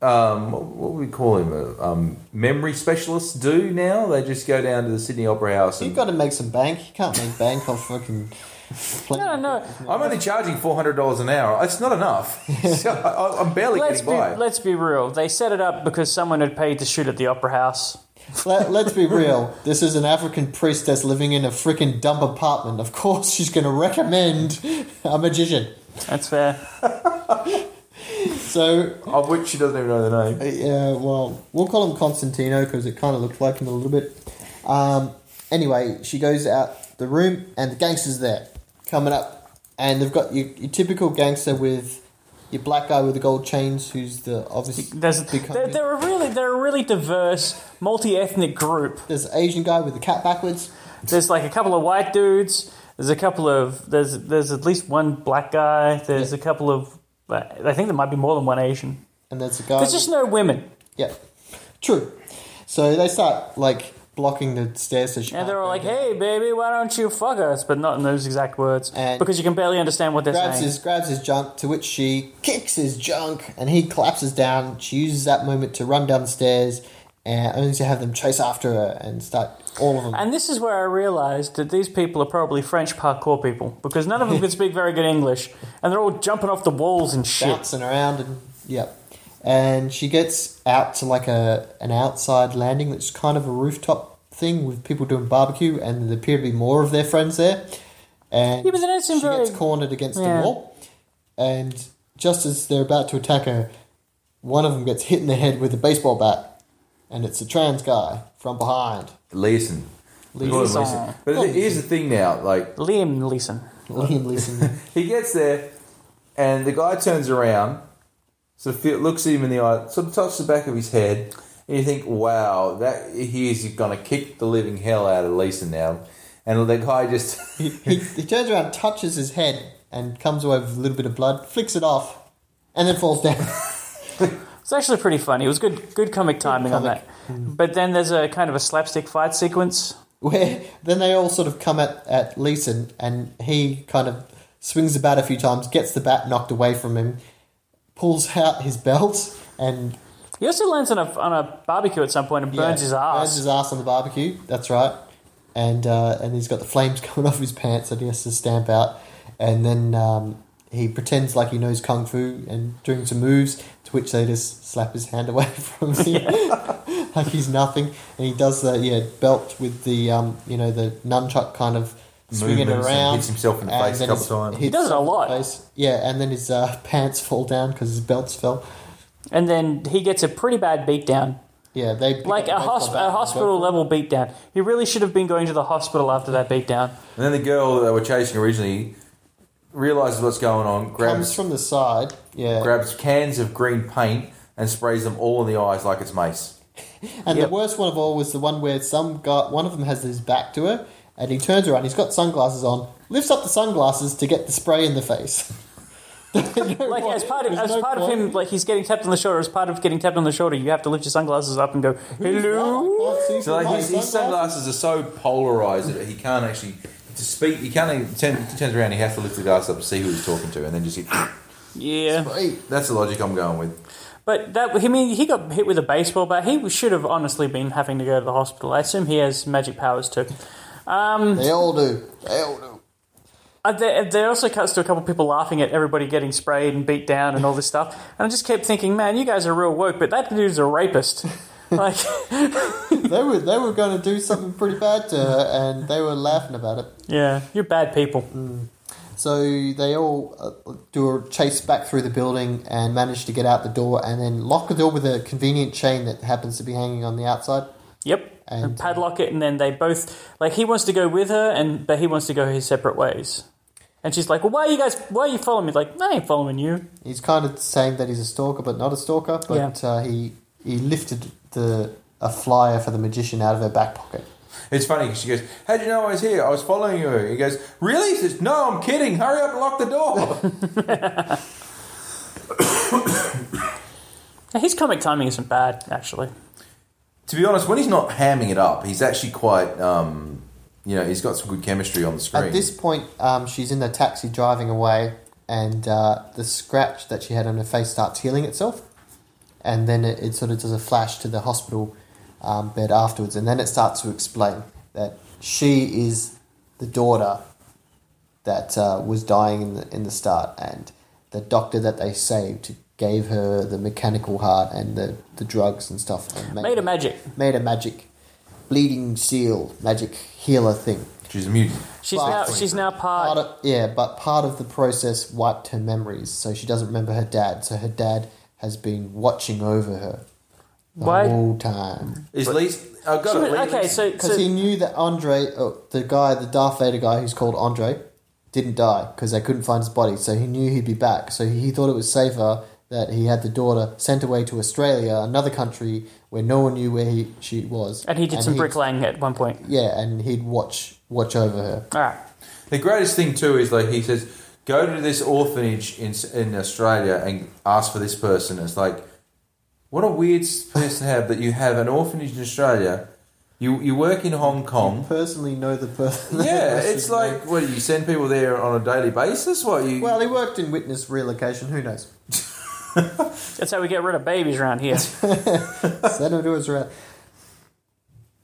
S5: um, what what would we call him, uh, um, memory specialists do now. They just go down to the Sydney Opera House.
S4: You've
S5: And,
S4: got to make some bank. You can't make bank off fucking.
S3: No, no.
S5: I'm only charging four hundred dollars an hour. It's not enough. so I, I'm barely
S3: Let's
S5: getting
S3: be,
S5: by.
S3: let's be real. They set it up because someone had paid to shoot at the Opera House.
S4: Let, let's be real. This is an African priestess living in a freaking dumb apartment. Of course, she's going to recommend a magician.
S3: That's fair.
S4: So
S5: Of which she doesn't even know the name.
S4: Uh, Yeah, well, we'll call him Constantino because it kind of looked like him a little bit. Um, anyway, she goes out the room and the gangster's there coming up, and they've got your, your typical gangster with your black guy with the gold chains, who's the obvious.
S3: There's,
S4: becoming-
S3: they're, they're a really they're a really diverse, multi-ethnic group.
S4: there's an Asian guy with the cat backwards.
S3: There's like a couple of white dudes. There's a couple of there's there's at least one black guy. There's a couple of uh, I think there might be more than one Asian.
S4: And there's a guy.
S3: There's just no women,
S4: yeah, true. So they start like blocking the stairs. So she
S3: and
S4: can't
S3: they're all
S4: go
S3: like,
S4: down.
S3: "Hey, baby, why don't you fuck us?" But not in those exact words,
S4: And-
S3: because you can barely understand what they're
S4: grabs
S3: saying.
S4: his grabs his junk, to which she kicks his junk, and he collapses down. She uses that moment to run downstairs, and only to have them chase after her and start all of them.
S3: And this is where I realised that these people are probably French parkour people because none of them can speak very good English, and they're all jumping off the walls and shit.
S4: bouncing around and yep. And she gets out to like a an outside landing that's kind of a rooftop thing with people doing barbecue, and there appear to be more of their friends there. And
S3: Yeah, but they don't seem
S4: she
S3: very-
S4: gets cornered against
S3: Yeah.
S4: the wall, and just as they're about to attack her, one of them gets hit in the head with a baseball bat, and it's a trans guy from behind.
S5: Leeson. We call him
S3: Leeson.
S5: Leeson. But the- here's the thing now, like
S3: Liam Leeson.
S4: Liam Leeson.
S5: He gets there, and the guy turns around, sort of feel, looks at him in the eye, sort of touches the back of his head. and you think, wow, that he is going to kick the living hell out of Lisa now. And the guy just
S4: He, he turns around, touches his head, and comes away with a little bit of blood, flicks it off, and then falls down.
S3: It's actually pretty funny. It was good, good comic timing
S4: comic.
S3: on that. But then there's a kind of a slapstick fight sequence.
S4: Where then they all sort of come at, at Leeson, and he kind of swings the bat a few times, gets the bat knocked away from him, pulls out his belt, and
S3: He also lands on a on a barbecue at some point and
S4: yeah,
S3: burns his ass.
S4: Burns his ass on the barbecue. That's right. And uh, and he's got the flames coming off his pants that he has to stamp out. And then um, he pretends like he knows kung fu and doing some moves, to which they just slap his hand away from him, like he's nothing. And he does the yeah belt with the um, you know the nunchuck kind of swing it
S5: Movements and
S4: around.
S5: hits himself in the face a
S4: then
S5: couple
S4: his-
S5: times.
S4: hits
S3: does it a lot.
S4: Face. Yeah, and then his uh, pants fall down because his belts fell.
S3: and then he gets a pretty bad beatdown,
S4: Yeah, they pick
S3: like
S4: up
S3: a,
S4: both
S3: hosp-
S4: of them
S3: a
S4: and go
S3: hospital
S4: for it.
S3: level beatdown. He really should have been going to the hospital after that beatdown.
S5: And then the girl that they were chasing originally realizes what's going on,
S4: comes
S5: grabs
S4: from the side. Yeah,
S5: grabs cans of green paint and sprays them all in the eyes like it's mace.
S4: And
S3: Yep.
S4: the worst one of all was the one where some guy, one of them has his back to her, and he turns around. He's got sunglasses on, lifts up the sunglasses to get the spray in the face.
S3: Like as part of
S4: There's
S3: as
S4: no
S3: part of
S4: point.
S3: him, like he's getting tapped on the shoulder. As part of getting tapped on the shoulder, you have to lift your sunglasses up and go, "Hello."
S4: I can't see
S5: So
S4: through my
S5: like his, his sunglasses are so polarized that he can't actually to speak. He can't even turn, he turns around. He has to lift the glass up to see who he's talking to, and then just hit.
S3: Yeah.
S4: Great.
S5: That's the logic I'm going with.
S3: But that, I mean, he got hit with a baseball bat. He should have honestly been having to go to the hospital. I assume he has magic powers too.
S4: They all do. They all do.
S3: Uh, there, there also cuts to a couple people laughing at everybody getting sprayed and beat down and all this stuff. And I just kept thinking, man, you guys are real woke, but that dude's a rapist. like,
S4: They were they were going to do something pretty bad to her, and they were laughing about it.
S3: yeah, you're bad people.
S4: So they all uh, do a chase back through the building and manage to get out the door, and then lock the door with a convenient chain that happens to be hanging on the outside.
S3: Yep. And,
S4: And-
S3: padlock it, and then they both like he wants to go with her, and but he wants to go his separate ways. And she's like, "Well, why are you guys? Why are you following me?" Like, I ain't following you.
S4: He's kind of saying that he's a stalker, but not a stalker. But uh, he he lifted the a flyer for the magician out of her back pocket.
S5: It's funny 'cause she goes, "How do you know I was here? I was following you." He goes, "Really?" She says, "No, I'm kidding. Hurry up and lock the door."
S3: Now, his comic timing isn't bad, actually.
S5: to be honest, when he's not hamming it up, he's actually quite. Um, you know, he's got some good chemistry on the screen.
S4: At this point, um, she's in the taxi driving away, and uh, the scratch that she had on her face starts healing itself, and then it, it sort of does a flash to the hospital um, bed afterwards, and then it starts to explain that she is the daughter that uh, was dying in the, in the start, and the doctor that they saved gave her the mechanical heart and the, the drugs and stuff. And
S3: Made a magic.
S4: Made a magic bleeding seal magic healer thing.
S5: she's a mutant.
S3: She's
S4: Well,
S3: now
S4: it's
S3: she's now
S4: Part
S3: part.
S4: of, yeah, but part of the process wiped her memories, so she doesn't remember her dad. So her dad has been watching over her the
S3: Why-
S4: whole time
S5: Is Lisa? I've got
S3: She
S5: it.
S3: was-
S5: Lisa-
S3: okay, so,
S4: because
S3: so
S4: he knew that Andre, oh, the guy, the Darth Vader guy who's called Andre, didn't die because they couldn't find his body. So he knew he'd be back. So he thought it was safer that he had the daughter sent away to Australia, another country where no one knew where he she was.
S3: and he did some
S4: he'd-
S3: bricklaying at one point.
S4: Yeah, and he'd watch watch over her.
S3: All right.
S5: The greatest thing too is like he says, go to this orphanage in in Australia and ask for this person. It's like, what a weird place to have that you have an orphanage in Australia. You you work in Hong Kong.
S4: Personally, know the person.
S5: Yeah, it's like what you send people there on a daily basis. What you?
S4: Well, he worked in witness relocation. Who knows?
S3: That's how we get rid of babies around here.
S4: Send him to Israel.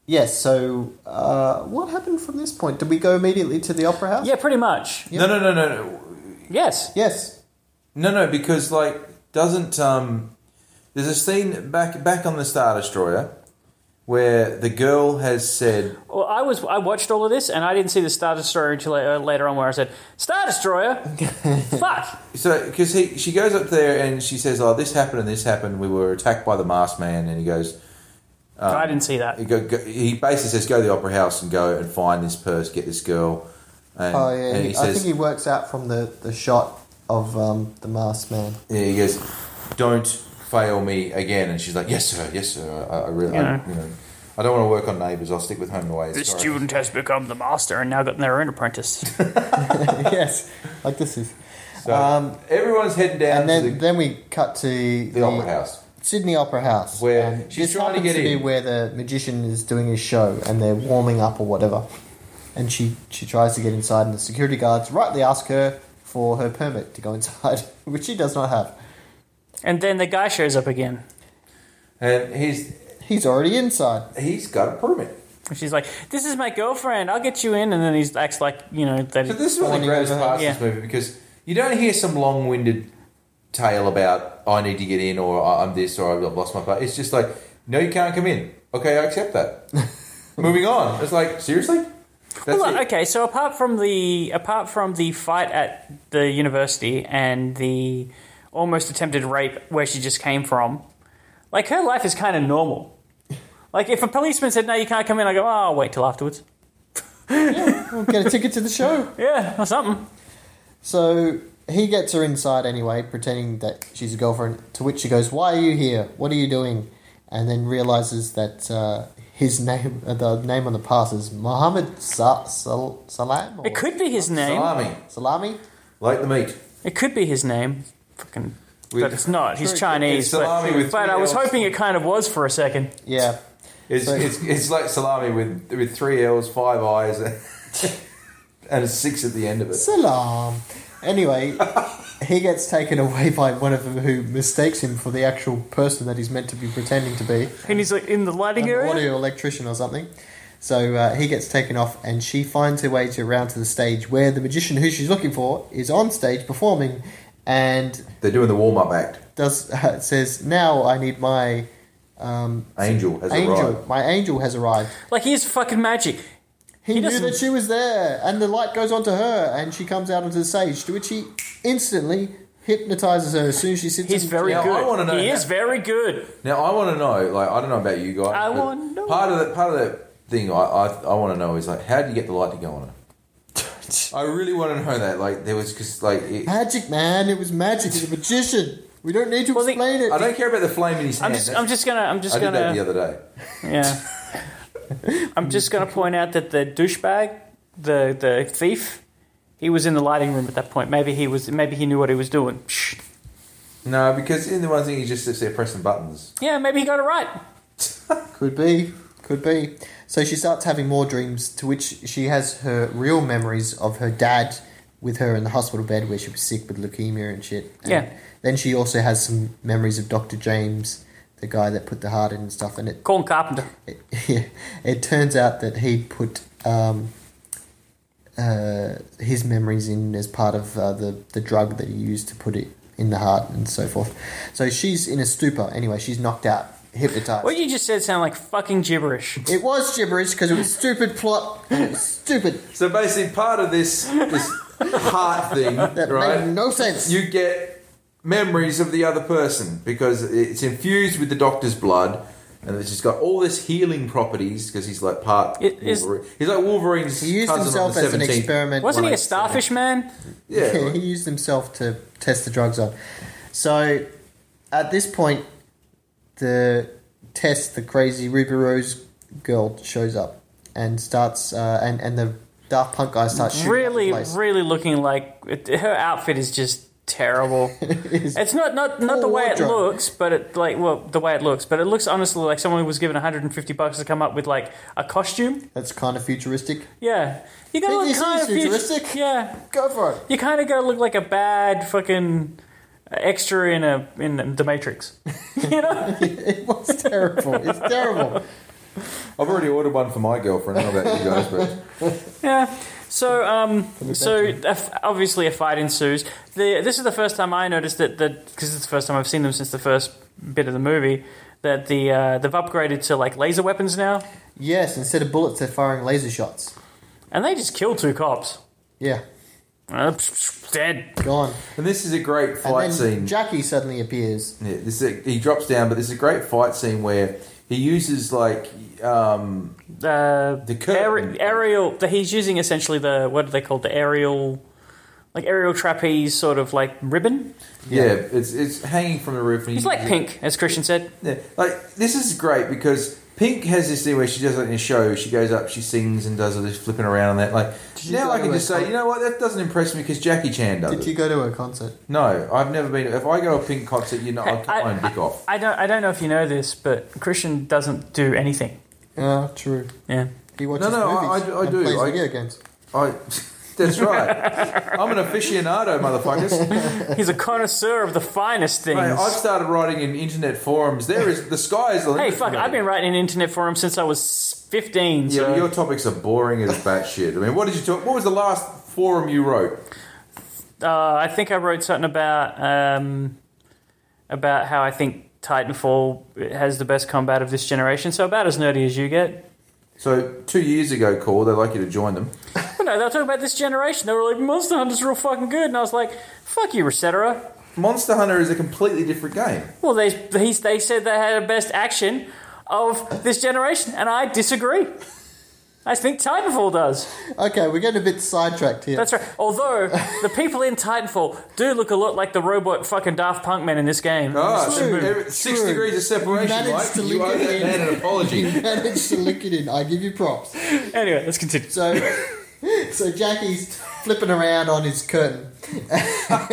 S4: Yes. So, uh, what happened from this point? Did we go immediately to the opera house?
S3: yeah, pretty much.
S5: no, no, no, no, no,
S3: Yes.
S4: Yes.
S5: no, no. Because like, doesn't um, there's a scene back back on the Star Destroyer where the girl has said,
S3: Well, I was I watched all of this and I didn't see the Star Destroyer until uh, later on, where I said Star Destroyer. Fuck.
S5: So, because he, she goes up there and she says, "Oh, this happened and this happened. We were attacked by the masked man." And he goes,
S3: I didn't see that.
S5: he, go, go, he basically says, "Go to the opera house and go and find this purse, get this girl." And,
S4: Oh, yeah.
S5: and
S4: He,
S5: he
S4: I
S5: says,
S4: think he works out from the, the shot of um, the masked man.
S5: yeah, he goes, "Don't fail me again. And she's like, yes, sir, yes, sir. I, I really,
S3: Yeah.
S5: I, you know, I don't want to work on neighbours. I'll stick with home and away.
S3: The
S5: Sorry.
S3: student has become the master and now got their own apprentice.
S4: yes, like this is.
S5: So everyone's heading
S4: And
S5: down to
S4: then
S5: the,
S4: then we cut to
S5: the opera house.
S4: Sydney Opera House.
S5: Where
S4: and
S5: she's
S4: this
S5: trying to
S4: happens
S5: get
S4: to
S5: in.
S4: be where the magician is doing his show and they're warming up or whatever. And she, she tries to get inside, and the security guards rightly ask her for her permit to go inside, which she does not have.
S3: and then the guy shows up again.
S5: And he's
S4: He's already inside.
S5: he's got a permit.
S3: And she's like, This is my girlfriend, I'll get you in. And then he acts like, you know, that.
S5: So this is one of the
S4: Finding
S5: greatest
S4: over-
S5: parts of
S3: Yeah.
S5: this movie because you don't hear some long-winded tale about I need to get in or "I- I'm this or I've lost my part. It's just like no, you can't come in. Okay, I accept that. Moving on. It's like seriously. That's
S3: Well,
S5: it.
S3: okay, so apart from the apart from the fight at the university and the almost attempted rape where she just came from, like her life is kind of normal. Like if a policeman said no, you can't come in, I go, oh, I'll wait till afterwards.
S4: We'll get a ticket to the show.
S3: Yeah, or something.
S4: So he gets her inside anyway, pretending that she's a girlfriend, to which she goes, Why are you here? What are you doing? And then realizes that uh, his name, uh, the name on the pass is Mohammed Sa- Sal- Salam? Or
S5: Oh,
S3: It could be his name.
S5: salami
S4: Salami?
S5: like the meat.
S3: It could be his name. Fucking.
S5: With-
S3: But it's not. He's
S5: It's
S3: Chinese.
S5: salami
S3: but
S5: with
S3: but I was
S5: three Ls.
S3: hoping it kind of was for a second.
S4: Yeah.
S5: It's,
S4: So-
S5: it's, it's like salami with with three L's, five I's, and, and a six at the end of it.
S4: Salam. Anyway, he gets taken away by one of them who mistakes him for the actual person that he's meant to be pretending to be.
S3: And he's like in the lighting
S4: an
S3: area.
S4: audio electrician or something. So uh, he gets taken off, and she finds her way to around to the stage where the magician who she's looking for is on stage performing, and
S5: They're doing the warm up act.
S4: does uh, says, "Now I need my um,
S5: Angel has
S4: angel.
S5: arrived.
S4: My angel has arrived."
S3: Like he is fucking magic.
S4: He,
S3: He
S4: knew
S3: doesn't-
S4: that she was there, and the light goes onto her, and she comes out onto the stage, to which he instantly hypnotizes her as soon as she sits.
S3: He's
S4: in-
S3: very
S5: Now, I
S3: good.
S5: wanna know
S3: he
S5: how-
S3: is very good.
S5: Now I want to know, like I don't know about you guys.
S3: I
S5: but
S3: wanna know.
S5: Part of the part of the thing I I, I want to know is like how do you get the light to go on it? I really want to know that. Like there was because like it, I
S4: magic, man. It was magic. He's a magician. We don't need to
S3: Well, the-
S4: explain it.
S5: don't care about the flame in his hand.
S3: I'm just,
S5: That's-
S3: I'm just gonna, I'm just
S5: I did
S3: gonna.
S5: that the other day.
S3: Yeah. I'm just going to point out that the douchebag, the the thief, he was in the lighting room at that point. Maybe he was. Maybe he knew what he was doing. Shh.
S5: No, because in the one thing he just sits there pressing buttons.
S3: Yeah, maybe he got it right.
S4: Could be, could be. So she starts having more dreams, to which she has her real memories of her dad with her in the hospital bed where she was sick with leukemia and shit. And
S3: Yeah.
S4: Then she also has some memories of Dr. James, the guy that put the heart in and stuff. And it
S3: Colin Carpenter.
S4: it, it turns out that he put um, uh, his memories in as part of uh, the, the drug that he used to put it in the heart and so forth. So she's in a stupor. Anyway, she's knocked out, hypnotized.
S3: What you just said sounded like fucking gibberish.
S4: It was gibberish because it was stupid plot, and it was stupid.
S5: So basically, part of this this heart thing,
S4: That
S5: right?
S4: made no sense.
S5: you get memories of the other person because it's infused with the doctor's blood and it's just got all this healing properties because he's like part
S3: It is-
S5: Wolverine. He's like Wolverine's
S4: he used
S5: cousin
S4: himself
S5: on the
S4: as an
S5: 17th.
S4: experiment.
S3: Wasn't he a
S4: 187.
S3: starfish man?
S5: Yeah.
S4: he used himself to test the drugs on. So, at this point, the test, the crazy Ruby Rose girl shows up and starts, uh, and and the Daft Punk guy starts shooting up the
S3: Really,
S4: place.
S3: really looking like it, her outfit is just terrible.
S4: It's-
S3: It's not not, not the
S4: Poor
S3: way it
S4: wardrobe.
S3: looks, but it like well the way it looks, but it looks honestly like someone was given 150 bucks to come up with like a costume.
S4: that's kind of futuristic.
S3: Yeah, you got to
S4: It
S3: look
S4: is
S3: kind of futu-
S4: futuristic.
S3: Yeah,
S4: Go for it.
S3: You kind of gotta look like a bad fucking extra in a in the Matrix. you know,
S4: It was terrible. It's terrible.
S5: I've already ordered one for my girlfriend. I don't know about you guys, but
S3: yeah. So um, so a f- obviously a fight ensues. The, this is the first time I noticed that that because it's the first time I've seen them since the first bit of the movie that the uh, they've upgraded to like laser weapons now,
S4: Yes, instead of bullets, they're firing laser shots.
S3: and they just kill two cops.
S4: Yeah,
S3: Uh, psh, psh, dead.
S4: gone.
S5: and this is a great
S4: And
S5: fight
S4: then
S5: scene.
S4: Jackie suddenly appears.
S5: Yeah, this is a, he drops down, but this is a great fight scene where he uses like um,
S3: Uh,
S5: The curtain.
S3: aer- aerial. The, he's using essentially the what are they called? The aerial. like aerial trapeze sort of like ribbon.
S5: Yeah, it's it's hanging from the roof. And you
S3: It's
S5: can
S3: like
S5: just-
S3: pink, as Christian said.
S5: Yeah, like this is great because Pink has this thing where she does it in a show. She goes up, she sings, and does all this flipping around and that. Like now,
S4: go
S5: I can
S4: to
S5: just
S4: a
S5: say,
S4: con-
S5: you know what? That doesn't impress me because Jackie Chan does
S4: Did
S5: it.
S4: you go to a concert?
S5: No, I've never been. If I go to a Pink concert, you know, I'll cut my own dick off.
S3: I don't. I don't know if you know this, but Christian doesn't do anything.
S4: Ah, true.
S3: Yeah.
S4: He watches
S5: no, I-
S4: movies
S5: I- I
S4: and
S5: do.
S4: plays
S5: I-
S4: video games.
S5: I, that's right. I'm an aficionado, motherfuckers.
S3: He's a connoisseur of the finest things.
S5: Mate, I've started writing in internet forums. There is the sky is the limit.
S3: hey, fuck!
S5: mate.
S3: I've been writing in internet forums since I was fifteen.
S5: Yeah,
S3: So
S5: but your topics are boring as batshit. I mean, what did you talk? What was the last forum you wrote?
S3: uh, I think I wrote something about um, about how I think Titanfall has the best combat of this generation. So about as nerdy as you get.
S5: So two years ago, call. They'd like you to join them.
S3: But no, they were talking about this generation. They were like, Monster Hunter's real fucking good, and I was like, fuck you, Resetera.
S5: Monster Hunter is a completely different game.
S3: Well, they he, they said they had the best action of this generation, and I disagree. I think Titanfall does.
S4: Okay, we're getting a bit sidetracked here.
S3: That's right. Although the people in Titanfall do look a lot like the robot fucking Daft Punk men in this game.
S5: Ah,
S4: True,
S5: so every- six
S4: true.
S5: degrees of separation,
S4: Managed
S5: right?
S4: to
S5: You
S4: link
S5: owe
S4: it
S5: that
S4: in.
S5: man an apology.
S4: You managed to link it in. I give you props.
S3: Anyway, let's continue.
S4: So, so Jackie's flipping around on his curtain, and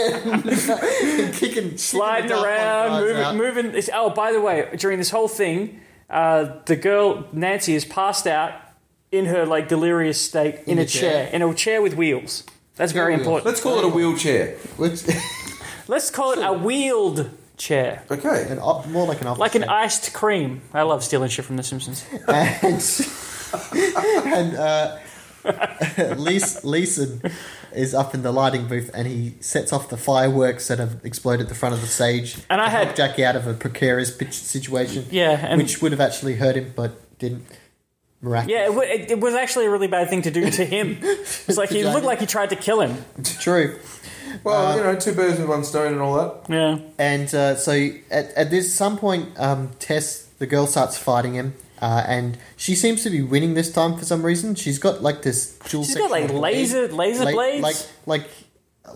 S4: kicking,
S3: Sliding
S4: kicking the
S3: around,
S4: dark
S3: moving,
S4: guys out.
S3: moving. it's- Oh, by the way, during this whole thing, uh, the girl Nancy is passed out in her like delirious state in,
S4: In
S3: a
S4: a
S3: chair.
S4: chair.
S3: in a chair with wheels. That's
S4: Chair
S3: very
S4: wheels.
S3: important.
S5: Let's call it a wheelchair.
S4: Which,
S3: Let's call it a wheeled chair.
S5: Okay.
S4: an op, more like an office.
S3: Like an
S4: chair.
S3: iced cream. I love stealing shit from The Simpsons.
S4: and, and uh, Lees- Leeson is up in the lighting booth and he sets off the fireworks that have exploded at the front of the stage.
S3: And I
S4: to
S3: had-
S4: help Jackie out of a precarious pitch situation.
S3: Yeah, and-
S4: which would have actually hurt him, but didn't. Miraculous.
S3: Yeah, it, w- it, it was actually a really bad thing to do to him. It's like he looked like he tried to kill him.
S4: true. Uh,
S5: Well, you know, two birds with one stone and all that.
S3: Yeah.
S4: And uh, so at, at this some point, um, Tess, the girl, starts fighting him. Uh, and she seems to be winning this time for some reason. She's got like this dual.
S3: She's got, like,
S4: sectional
S3: laser-
S4: blade.
S3: laser blades?
S4: like like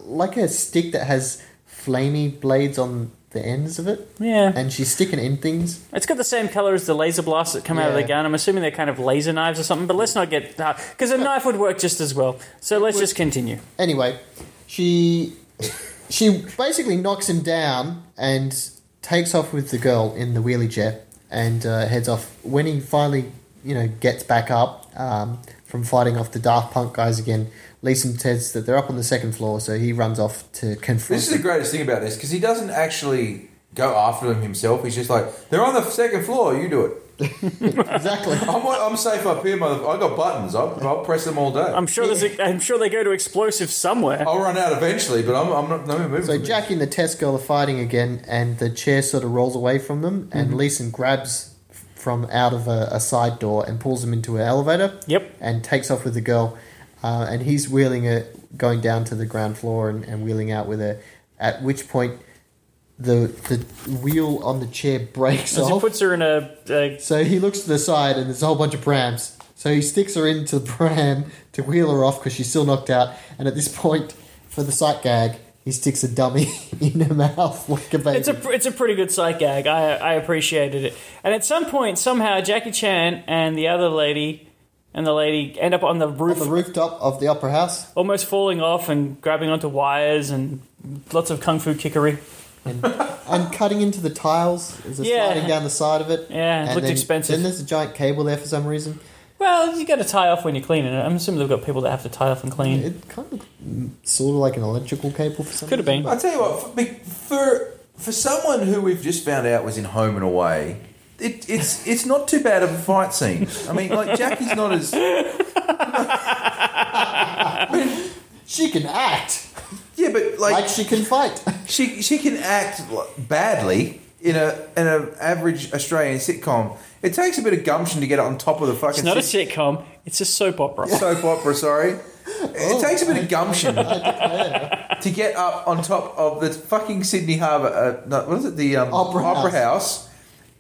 S4: like a stick that has flamey blades on the ends of it.
S3: Yeah.
S4: and she's sticking in things.
S3: It's got the same color as the laser blasts that come out of the
S4: Yeah.
S3: gun. I'm assuming they're kind of laser knives or something, but let's not get because a knife would work just as well. So let's just continue.
S4: Anyway, she she basically knocks him down and takes off with the girl in the wheelie chair and uh, heads off. When he finally, you know, gets back up um, from fighting off the Daft Punk guys again, Leeson says that they're up on the second floor, so he runs off to confront.
S5: This is the
S4: them.
S5: greatest thing about this because he doesn't actually go after them himself. He's just like, they're on the second floor. You do it.
S4: exactly.
S5: I'm, I'm safe up here, mother. I got buttons. I'll, I'll press them all day.
S3: I'm sure there's a, I'm sure they go to explosives somewhere.
S4: Oh,
S5: I'll run out eventually, but I'm, I'm not. No, moving.
S4: So Jack and the test girl are fighting again, and the chair sort of rolls away from them, and
S3: Mm-hmm.
S4: Leeson grabs f- from out of a, a side door and pulls him into an elevator.
S3: Yep.
S4: And takes off with the girl, uh, and he's wheeling her, going down to the ground floor and, and wheeling out with her. At which point, the the wheel on the chair breaks
S3: As he
S4: off.
S3: puts her in a, a
S4: so he looks to the side, and there's a whole bunch of prams. So he sticks her into the pram to wheel her off because she's still knocked out. And at this point, for the sight gag, he sticks a dummy in her mouth like a baby.
S3: it's a it's a pretty good sight gag. I I appreciated it. And at some point, somehow Jackie Chan and the other lady and the lady end up on the roof
S4: on the rooftop of the opera house,
S3: almost falling off and grabbing onto wires and lots of kung fu kickery.
S4: and, and cutting into the tiles. There's a
S3: Yeah.
S4: sliding down the side of it.
S3: Yeah, it
S4: and
S3: looked
S4: then,
S3: expensive.
S4: Then there's a giant cable there for some reason.
S3: Well, you got to tie off when you're cleaning it. I'm assuming they've got people that have to tie off and clean.
S4: It kind of looked mm, sort of like an electrical cable for some
S3: Could have
S4: reason,
S3: been.
S4: but-
S5: I tell you what, for, be- for for someone who we've just found out was in Home and Away, it, it's it's not too bad of a fight scene. I mean, like Jackie's not as
S4: She can act
S5: yeah, but like,
S4: like she can fight.
S5: she she can act l- badly in a in an average Australian sitcom. It takes a bit of gumption to get on top of the fucking
S3: It's not a
S5: sit-
S3: sitcom. It's a soap opera.
S5: soap opera. Sorry, it takes a bit of gumption to get up on top of the fucking Sydney Harbour. Uh, no, what is it? The um,
S4: Opera
S5: opera house.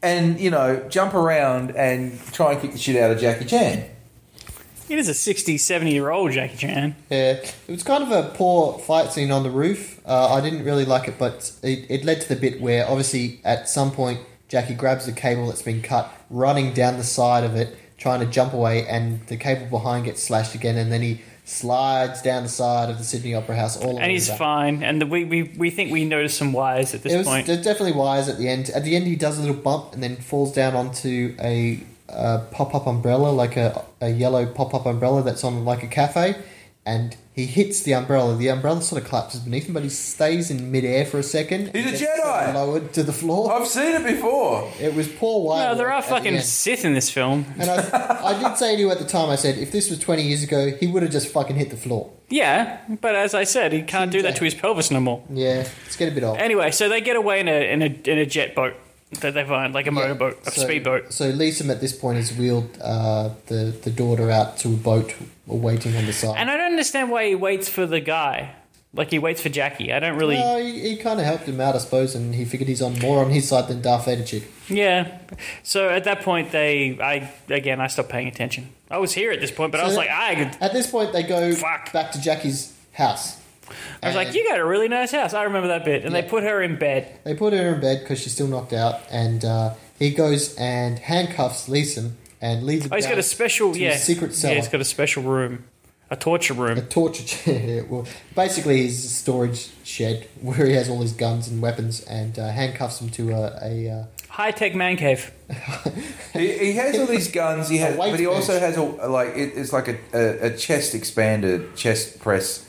S5: And you know, jump around and try and kick the shit out of Jackie Chan.
S3: It is a 60, 70 year old Jackie Chan.
S4: Yeah, it was kind of a poor fight scene on the roof. Uh, I didn't really like it, but it, it led to the bit where obviously at some point Jackie grabs the cable that's been cut, running down the side of it, trying to jump away, and the cable behind gets slashed again, and then he slides down the side of the Sydney Opera House all
S3: And he's fine. And the, we, we, we think we notice some wires at this
S4: It was
S3: point.
S4: there's definitely wires at the end. At the end, he does a little bump and then falls down onto a, uh pop-up umbrella, like a, a yellow pop-up umbrella that's on like a cafe, and he hits the umbrella. The umbrella sort of collapses beneath him, but he stays in midair for a second.
S5: He's
S4: and
S5: a
S4: gets sort of
S5: Jedi! Oh.
S4: Lowered to the floor.
S5: I've seen it before.
S4: It was poor wire.
S3: no, there
S4: work
S3: are
S4: at the
S3: fucking
S4: end.
S3: Sith in this film.
S4: And I, I did say to you at the time, I said, if this was 20 years ago, he would have just fucking hit the floor.
S3: Yeah, but as I said, he can't do that to his pelvis no more.
S4: Yeah, it's getting a bit old.
S3: Anyway, so they get away in a, in a, in a jet boat that they find, like a motorboat, a
S4: so,
S3: speedboat.
S4: So Leeson at this point has wheeled uh, the the daughter out to a boat waiting on the side.
S3: And I don't understand why he waits for the guy. Like, he waits for Jackie. I don't really.
S4: No, Uh, he, he kind of helped him out, I suppose, and he figured he's on more on his side than Darth Vader chick.
S3: Yeah. So at that point, they, I again, I stopped paying attention. I was here at this point, but I was like, I, could-
S4: At this point, they go
S3: Fuck.
S4: back to Jackie's house.
S3: I was like,
S4: And
S3: you got a really nice house. I remember that bit. And they
S4: Yeah.
S3: put her in bed.
S4: They put her in bed because she's still knocked out, and uh, he goes and handcuffs Leeson and leads him.
S3: Oh, he's
S4: down
S3: got a special,
S4: to
S3: yeah,
S4: his secret cellar.
S3: Yeah, he's got a special room, a torture
S4: a
S3: room.
S4: torture chair. well, basically, his storage shed where he has all his guns and weapons, and uh, handcuffs him to a, a uh,
S3: High tech man cave.
S5: He, he has all these guns. He has,
S4: weight
S5: but he also
S4: bench.
S5: has a like it, it's like a, a, a chest expander, chest press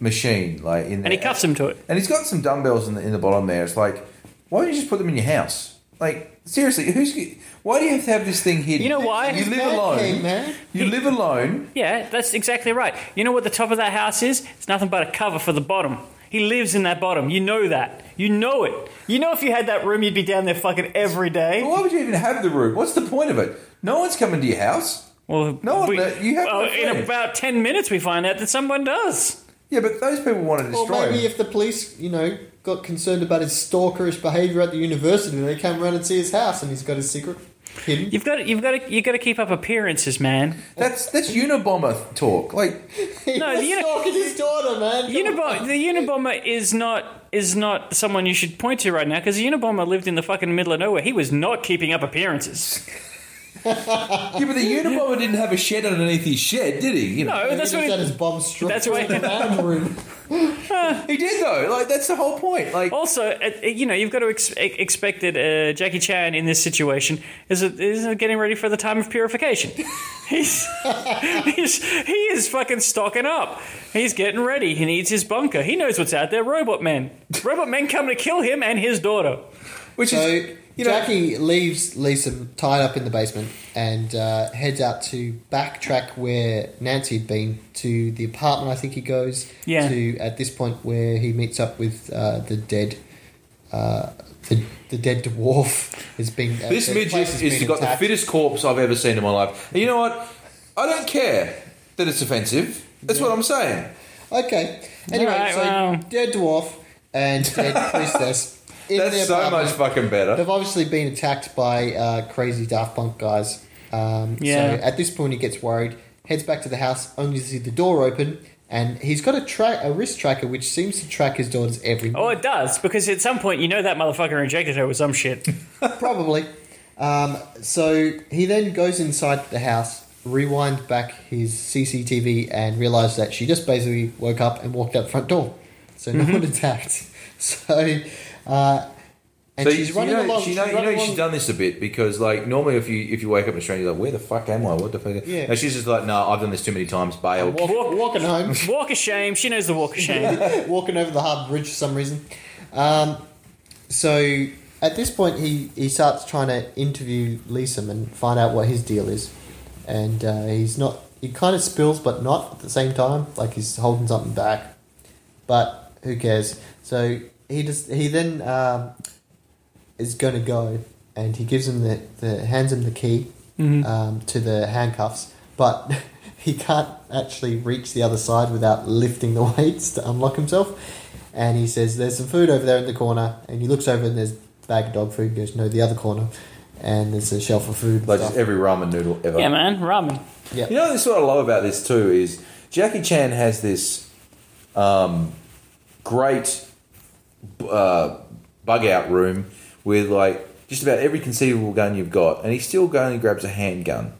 S5: machine. Like in
S3: And he cuffs him to it.
S5: And he's got some dumbbells in the in the bottom there. It's like, why don't you just put them in your house? Like seriously, who's why do you have to have this thing hidden?
S3: You know why?
S5: You live
S4: Man
S5: alone.
S4: cave, man.
S5: You live alone.
S3: Yeah, that's exactly right. You know what the top of that house is? It's nothing but a cover for the bottom. He lives in that bottom. You know that. You know it. You know if you had that room, you'd be down there fucking every day.
S5: Why would you even have the room? What's the point of it? No one's coming to your house.
S3: Well,
S5: No,
S3: we-
S5: but you have
S3: well,
S5: no
S3: in
S5: friends.
S3: about ten minutes, we find out that someone does.
S5: Yeah, but those people want to
S4: Or
S5: destroy
S4: maybe
S5: him.
S4: if the police, you know, got concerned about his stalkerish behaviour at the university, they came around and see his house, and he's got his secret hidden.
S3: You've got, you've got, to, you've got to keep up appearances, man.
S5: That's that's Unabomber talk. Like
S3: No,
S4: He was
S3: the uni-
S4: stalking his daughter, man.
S3: Unibom- the Unabomber is not is not someone you should point to right now because the Unabomber lived in the fucking middle of nowhere. He was not keeping up appearances.
S5: yeah, but the Unabomber didn't have a shed underneath his shed, did he? You know,
S3: No, that's
S4: That's
S3: what.
S4: what
S3: He-
S4: his bomb struck.
S3: That's why-
S4: the man room.
S5: he did though. Like that's the whole point. Like
S3: also, uh, uh, you know, you've got to ex- e- expect that uh, Jackie Chan in this situation is a, is a getting ready for the time of purification. he's, he's he is fucking stocking up. He's getting ready. He needs his bunker. He knows what's out there. Robot men. Robot men come to kill him and his daughter.
S5: which
S4: So
S5: is you know
S4: Jackie leaves Lisa tied up in the basement and uh, heads out to backtrack where Nancy had been to the apartment. I think he goes
S3: Yeah.
S4: to at this point where he meets up with uh, the dead. Uh, the, the dead dwarf has been. Uh,
S5: This
S4: the
S5: midget
S4: place has
S5: is
S4: been
S5: got
S4: attacked.
S5: the fittest corpse I've ever seen in my life. And you know what? I don't care that it's offensive. That's what I'm saying.
S4: Okay. Anyway,
S3: Alright,
S4: so
S3: well.
S4: dead dwarf and dead priestess. in their
S5: That's so
S4: apartment.
S5: much fucking better.
S4: They've obviously been attacked by uh, crazy Daft Punk guys. Um,
S3: Yeah.
S4: So at this point, he gets worried, heads back to the house, only to see the door open, and he's got a tra- a wrist tracker which seems to track his daughter's every
S3: Oh, it does because at some point you know that motherfucker injected her with some shit.
S4: probably. Um, so he then goes inside the house, rewind back his CCTV, and realized that she just basically woke up and walked out the front door. So
S3: Mm-hmm.
S4: no one attacked. So, uh, and
S5: So
S4: she's running
S5: you know,
S4: along.
S5: she know,
S4: she's
S5: you
S4: running
S5: know she's
S4: along-
S5: done this a bit because, like, normally if you if you wake up in Australia, you're like, "Where the fuck am I? What the fuck?"
S4: Yeah.
S5: And she's just like, "No, I've done this too many times. Bail."
S4: walk, walking home.
S3: Walk of shame. She knows the walk of shame.
S4: walking over the harbour bridge for some reason. Um, so at this point, he, he starts trying to interview Leeson and find out what his deal is. And uh, he's not, he kind of spills, but not at the same time. Like he's holding something back. But who cares? So he just, he then um, is going to go and he gives him the, the hands him the key um, to the handcuffs, but he can't actually reach the other side without lifting the weights to unlock himself. And he says, "There's some food over there in the corner." And he looks over and there's a bag of dog food. He goes, "No, the other corner." and there's a shelf of food. and
S5: Like
S4: stuff.
S5: just every ramen noodle ever.
S3: Yeah, man, ramen.
S5: You know, this is what I love about this too is Jackie Chan has this um, great uh, bug out room with like just about every conceivable gun you've got, and he still only grabs a handgun.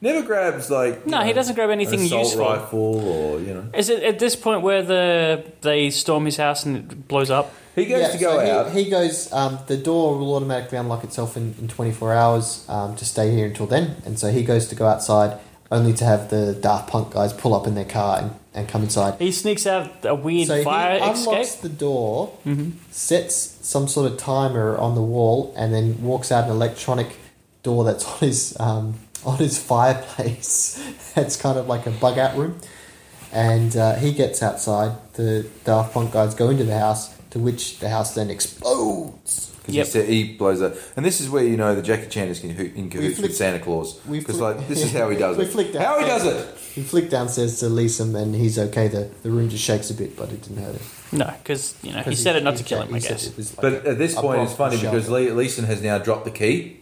S5: Never grabs like you
S3: No, he
S5: know,
S3: doesn't grab
S5: an
S3: anything
S5: assault
S3: useful.
S5: rifle or you know.
S3: Is it at this point where the they storm his house and it blows up?
S5: He goes
S4: Yeah,
S5: to go
S4: so he-
S5: out.
S4: He, goes. Um, the door will automatically unlock itself in, in 24 hours. Um, to stay here until then, and so he goes to go outside, only to have the Daft Punk guys pull up in their car and, and come inside.
S3: He sneaks out a weird
S4: So he
S3: fire
S4: unlocks
S3: escape. Mm-hmm.
S4: the door, sets some sort of timer on the wall, and then walks out an electronic door that's on his um, on his fireplace. that's kind of like a bug out room. And uh, he gets outside. The Daft Punk guys go into the house, to which the house then explodes.
S5: 'Cause
S3: Yep.
S5: he, said, he blows up, and this is where you know that Jackie Chan is in cahoo- in cahoots
S4: flicked-
S5: with Santa Claus
S4: we
S5: because
S4: flick-
S5: like this is how he does
S4: we
S5: it.
S4: flicked
S5: how he
S4: downstairs.
S5: does it.
S4: He flicked downstairs to Leeson, and he's okay. The, the room just shakes a bit, but it didn't hurt him.
S3: no, because you know he
S4: Because
S3: said
S4: he-
S3: it not
S4: he
S3: to kill
S4: said-
S3: him. I
S4: he said
S3: guess.
S4: it was like
S5: But
S4: a-
S5: at this
S4: a
S5: point, it's
S4: box
S5: funny
S4: shell.
S5: because Lee, Leeson has now dropped the key.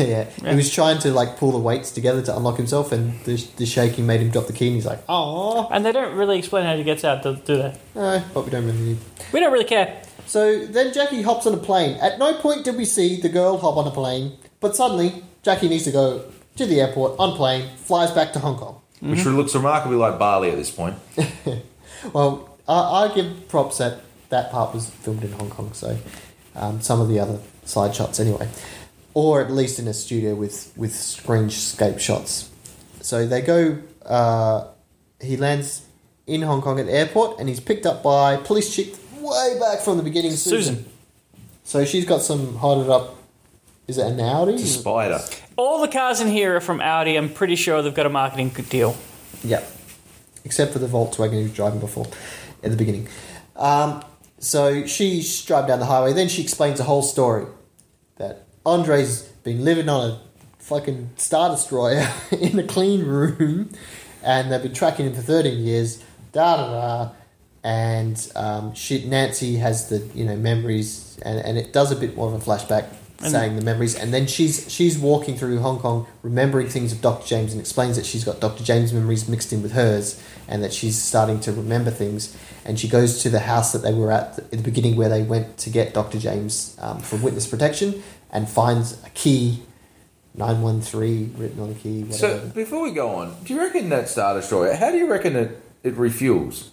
S4: yeah.
S3: Yeah.
S4: he was trying to like pull the weights together to unlock himself, and the, the shaking made him drop the key, and he's like, "Oh,
S3: And they don't really explain how he gets out, do do they?
S4: no, but we Uh, don't really need."
S3: We don't really care.
S4: So then Jackie hops on a plane. At no point did we see the girl hop on a plane, but suddenly Jackie needs to go to the airport on plane, flies back to Hong Kong.
S5: which
S4: Mm-hmm.
S5: looks remarkably like Bali at this point.
S4: Well, I, I give props that that part was filmed in Hong Kong, so um, some of the other side shots, anyway, or at least in a studio with with screenscape shots. So they go. Uh, he lands in Hong Kong at the airport, and he's picked up by police chick way back from the beginning, Susan.
S3: Susan.
S4: So she's got some hotted up. Is it an Audi?
S5: It's a spider.
S3: All the cars in here are from Audi. I'm pretty sure they've got a marketing deal.
S4: Yeah. Except for the Volkswagen he was driving before at the beginning. Um, so she's driving down the highway. Then she explains the whole story that Andre's been living on a fucking Star Destroyer in a clean room and they've been tracking him for 13 years. Da da da. And um, she, Nancy has the you know memories, and, and it does a bit more of a flashback, saying the memories, and then she's she's walking through Hong Kong, remembering things of Dr. James, and explains that she's got Dr. James' memories mixed in with hers, and that she's starting to remember things. And she goes to the house that they were at at the beginning, where they went to get Dr. James um, for witness protection, and finds a key, nine one three written on the key. Whatever.
S5: So before we go on, do you reckon that Star Destroyer? How do you reckon it it refuels?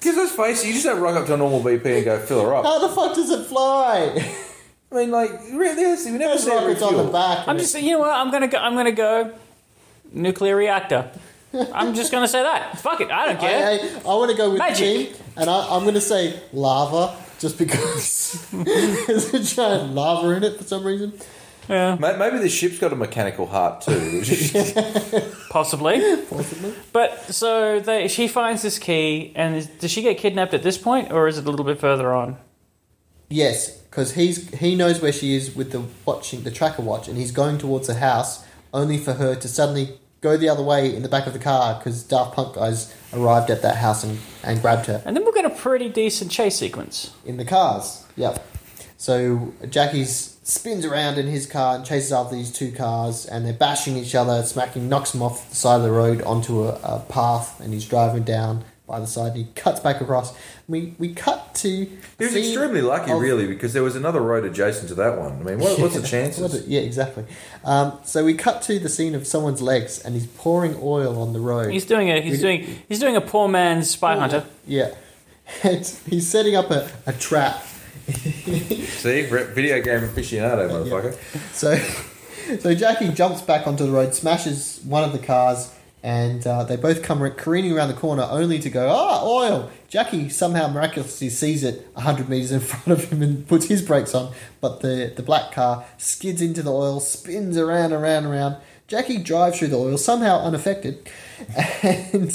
S5: Because let's face it, you just don't rock up to a normal BP and go fill her up.
S4: How the fuck does it fly?
S5: I mean, like realistically, we never
S4: It's
S5: see it
S4: like it's on the
S5: refuel.
S4: back.
S3: I'm just you know what I'm gonna go. I'm gonna go nuclear reactor. I'm just gonna say that. Fuck it. I don't
S4: I,
S3: care.
S4: I, want to go with
S3: Magic.
S4: the team, and I, I'm going to say lava just because there's a giant lava in it for some reason.
S3: Yeah,
S5: Ma- Maybe the ship's got a mechanical heart too. which is-
S3: possibly.
S4: Possibly.
S3: But so they, she finds this key, and is, does she get kidnapped at this point, or is it a little bit further on?
S4: Yes, because he's he knows where she is with the watching the tracker watch, and he's going towards the house only for her to suddenly go the other way in the back of the car because Daft Punk guys arrived at that house and, and grabbed her.
S3: And then we've got a pretty decent chase sequence.
S4: in the cars. Yep. So Jackie's spins around in his car and chases after these two cars, and they're bashing each other, smacking, knocks him off the side of the road onto a, a path, and he's driving down by the side. And he cuts back across. We we cut to.
S5: He was extremely lucky, really, because there was another road adjacent to that one. I mean, what, what's the
S4: What a-
S5: chances?
S4: yeah, exactly. Um, so we cut to the scene of someone's legs, and he's pouring oil on the road.
S3: He's doing a he's doing he's doing a poor man's spy hunter.
S4: yeah, It's- he's setting up a, a trap
S5: See, video game aficionado, motherfucker.
S4: So, so Jackie jumps back onto the road, smashes one of the cars, and uh, they both come careening around the corner, only to go ah oil. Jackie somehow miraculously sees it hundred meters in front of him and puts his brakes on, but the the black car skids into the oil, spins around, around, around. Jackie drives through the oil somehow unaffected, and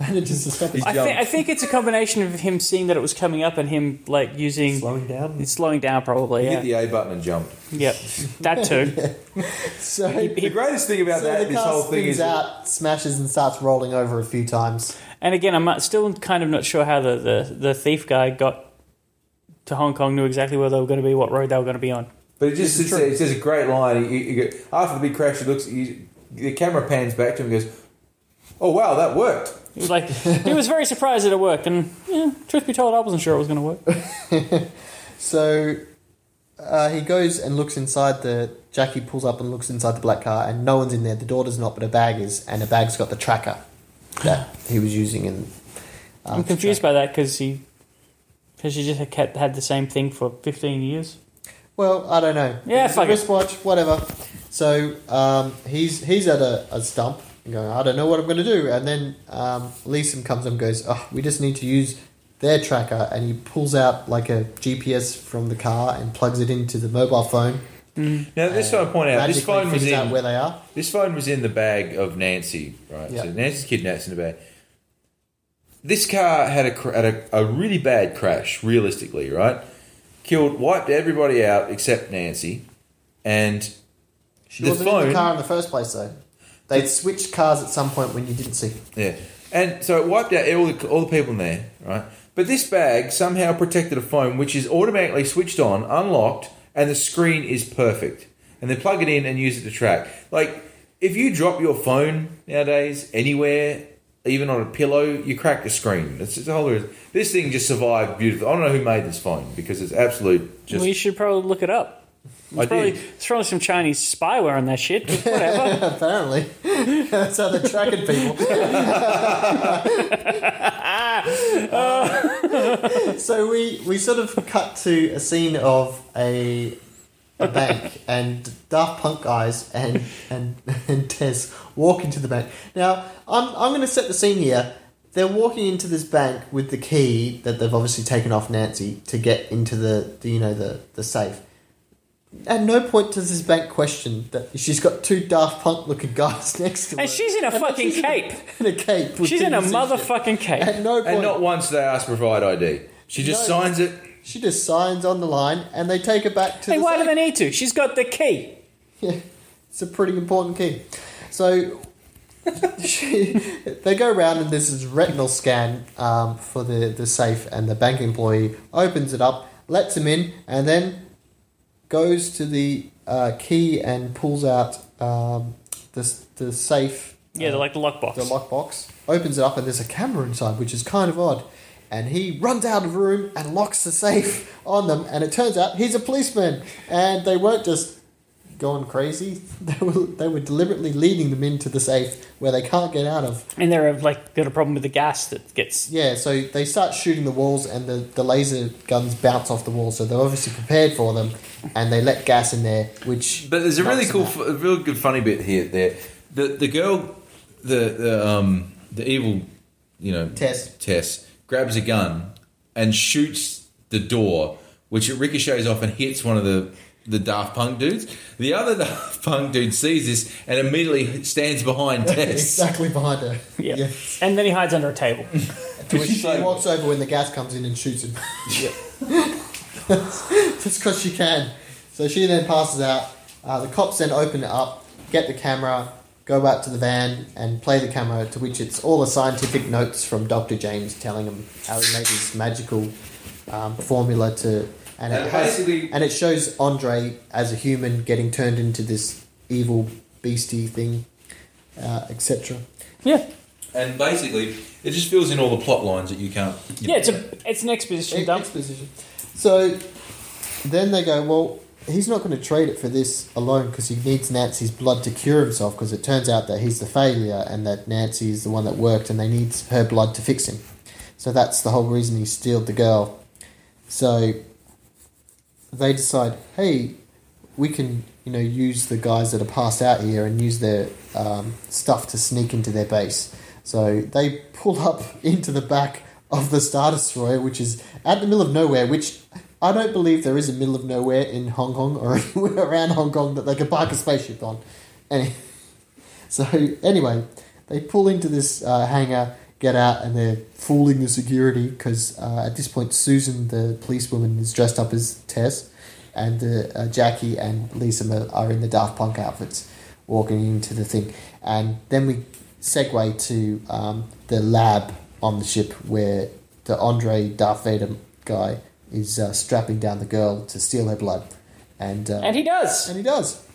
S4: manages to stop his
S3: I,
S5: Yeah.
S3: think I think it's a combination of him seeing that it was coming up and him like using
S4: slowing down.
S3: It's slowing down probably.
S5: He
S3: Yeah.
S5: hit the A button and jumped.
S3: Yep. That too.
S4: So.
S5: The greatest thing about
S4: so
S5: that
S4: the
S5: this
S4: car
S5: whole thing
S4: spins
S5: is
S4: out, smashes, and starts rolling over a few times.
S3: And again, I'm not- still kind of not sure how the, the, the thief guy got to Hong Kong, knew exactly where they were going to be, what road they were going to be on.
S5: But he just sits there. He says a great line. He, he go- after the big crash, he looks. He, the camera pans back to him and goes, "Oh wow, that worked."
S3: He was like, he was very surprised that it worked, and yeah, truth be told, I wasn't sure it was going to work.
S4: So uh, he goes and looks inside the. Jackie pulls up and looks inside the black car, and no one's in there. The daughter's not, but her bag is, and her bag's got the tracker that he was using. And
S3: I'm confused by that because he, because she just had kept, had the same thing for 15 years.
S4: Well, I don't know.
S3: Yeah,
S4: It's a
S3: fuck it.
S4: wristwatch, whatever. So um, he's he's at a, a stump, and going, I don't know what I'm going to do. And then um, Leeson comes up and goes, oh, we just need to use their tracker. And he pulls out like a GPS from the car and plugs it into the mobile phone.
S5: Now, this one I point out. This
S4: Magically
S5: phone was
S4: figures out where
S5: in.
S4: they are.
S5: This phone was in the bag of Nancy, right?
S4: Yeah.
S5: So Nancy's kidnapped in the bag. This car had a cr- had a, a really bad crash, realistically, right? Killed, wiped everybody out except Nancy, and
S4: She wasn't in the car in the first place, though. They'd switched cars at some point when you didn't see.
S5: Yeah, and so it wiped out all the all the people in there, right? But this bag somehow protected a phone which is automatically switched on, unlocked, and the screen is perfect. And they plug it in and use it to track. Like if you drop your phone nowadays anywhere, even on a pillow, you crack the screen. That's just the whole. This thing just survived beautifully. I don't know who made this phone because it's absolute. Just
S3: well, you should probably look it up.
S5: I
S3: Probably,
S5: did.
S3: there's probably some Chinese spyware in that shit. but Whatever.
S4: Apparently. That's how they're tracking people. so we, we sort of cut to a scene of a, a bank and Daft Punk guys and, and, and Tess walk into the bank. Now, I'm, I'm going to set the scene here. They're walking into this bank with the key that they've obviously taken off Nancy to get into the, the you know the, the safe. At no point does this bank question that she's got two Daft Punk looking guys next to her.
S3: and she's in a fucking
S4: She's in a-
S3: cape.
S4: in a cape. with
S3: She's in a
S4: things and shit.
S3: motherfucking cape.
S4: At no point.
S5: and not once they ask to provide ID. She just
S4: No.
S5: signs it.
S4: she just signs on the line and they take her back to
S3: Hey,
S4: the
S3: why do
S4: safe.
S3: they need to? She's got the key.
S4: Yeah, it's a pretty important key. So she, they go around and this is retinal scan um, for the, the safe, and the bank employee opens it up, lets him in, and then goes to the uh, key and pulls out um, the, the safe.
S3: Yeah, they're like the lockbox.
S4: the lockbox, opens it up, and there's a camera inside, which is kind of odd. And he runs out of the room and locks the safe on them, and it turns out he's a policeman. And they weren't just going crazy; they were they were deliberately leading them into the safe where they can't get out of.
S3: and they're like got a problem with the gas that gets.
S4: Yeah, so they start shooting the walls, and the, the laser guns bounce off the walls. So they're obviously prepared for them, and they let gas in there, which
S5: But there's a really
S4: knocks them
S5: cool,
S4: out.
S5: f- a real good, funny bit here. There, the the girl, the the um the evil, you know,
S4: Tess.
S5: Tess grabs a gun and shoots the door, which it ricochets off and hits one of the the Daft Punk dudes. The other Daft Punk dude sees this and immediately stands behind Tess.
S4: exactly behind her.
S3: Yeah.
S4: yeah.
S3: And then he hides under a table.
S4: To which
S5: She's
S4: she
S5: like-
S4: walks over when the gas comes in and shoots him. Just because she can. So she then passes out. Uh, the cops then open it up, get the camera, go back to the van, and play the camera, to which it's all the scientific notes from Dr. James telling him how he made his magical um, formula to. And it,
S5: And
S4: has,
S5: basically-
S4: and it shows Andre as a human getting turned into this evil beastie thing, uh, etc.
S3: yeah.
S5: And basically, it just fills in all the plot lines that you can't.
S3: Yeah,
S5: you know.
S3: it's a it's an exposition
S4: Ex-
S3: dump.
S4: exposition. So then they go, well, he's not going to trade it for this alone because he needs Nancy's blood to cure himself because it turns out that he's the failure and that Nancy is the one that worked and they need her blood to fix him. So that's the whole reason he stealed the girl. So they decide, hey, we can you know use the guys that are passed out here and use their um, stuff to sneak into their base. So they pull up into the back of the Star Destroyer, which is at the middle of nowhere. Which I don't believe there is a middle of nowhere in Hong Kong or anywhere around Hong Kong that they could park a spaceship on. Any so anyway, they pull into this uh, hangar, get out, and they're fooling the security because uh, at this point Susan, the policewoman, is dressed up as Tess, and uh, uh, Jackie and Lisa Ma- are in the Daft Punk outfits, walking into the thing, and then we segue to um, the lab on the ship where the Andre Darth Vader guy is uh, strapping down the girl to steal her blood, and uh,
S3: And he does.
S4: and he does.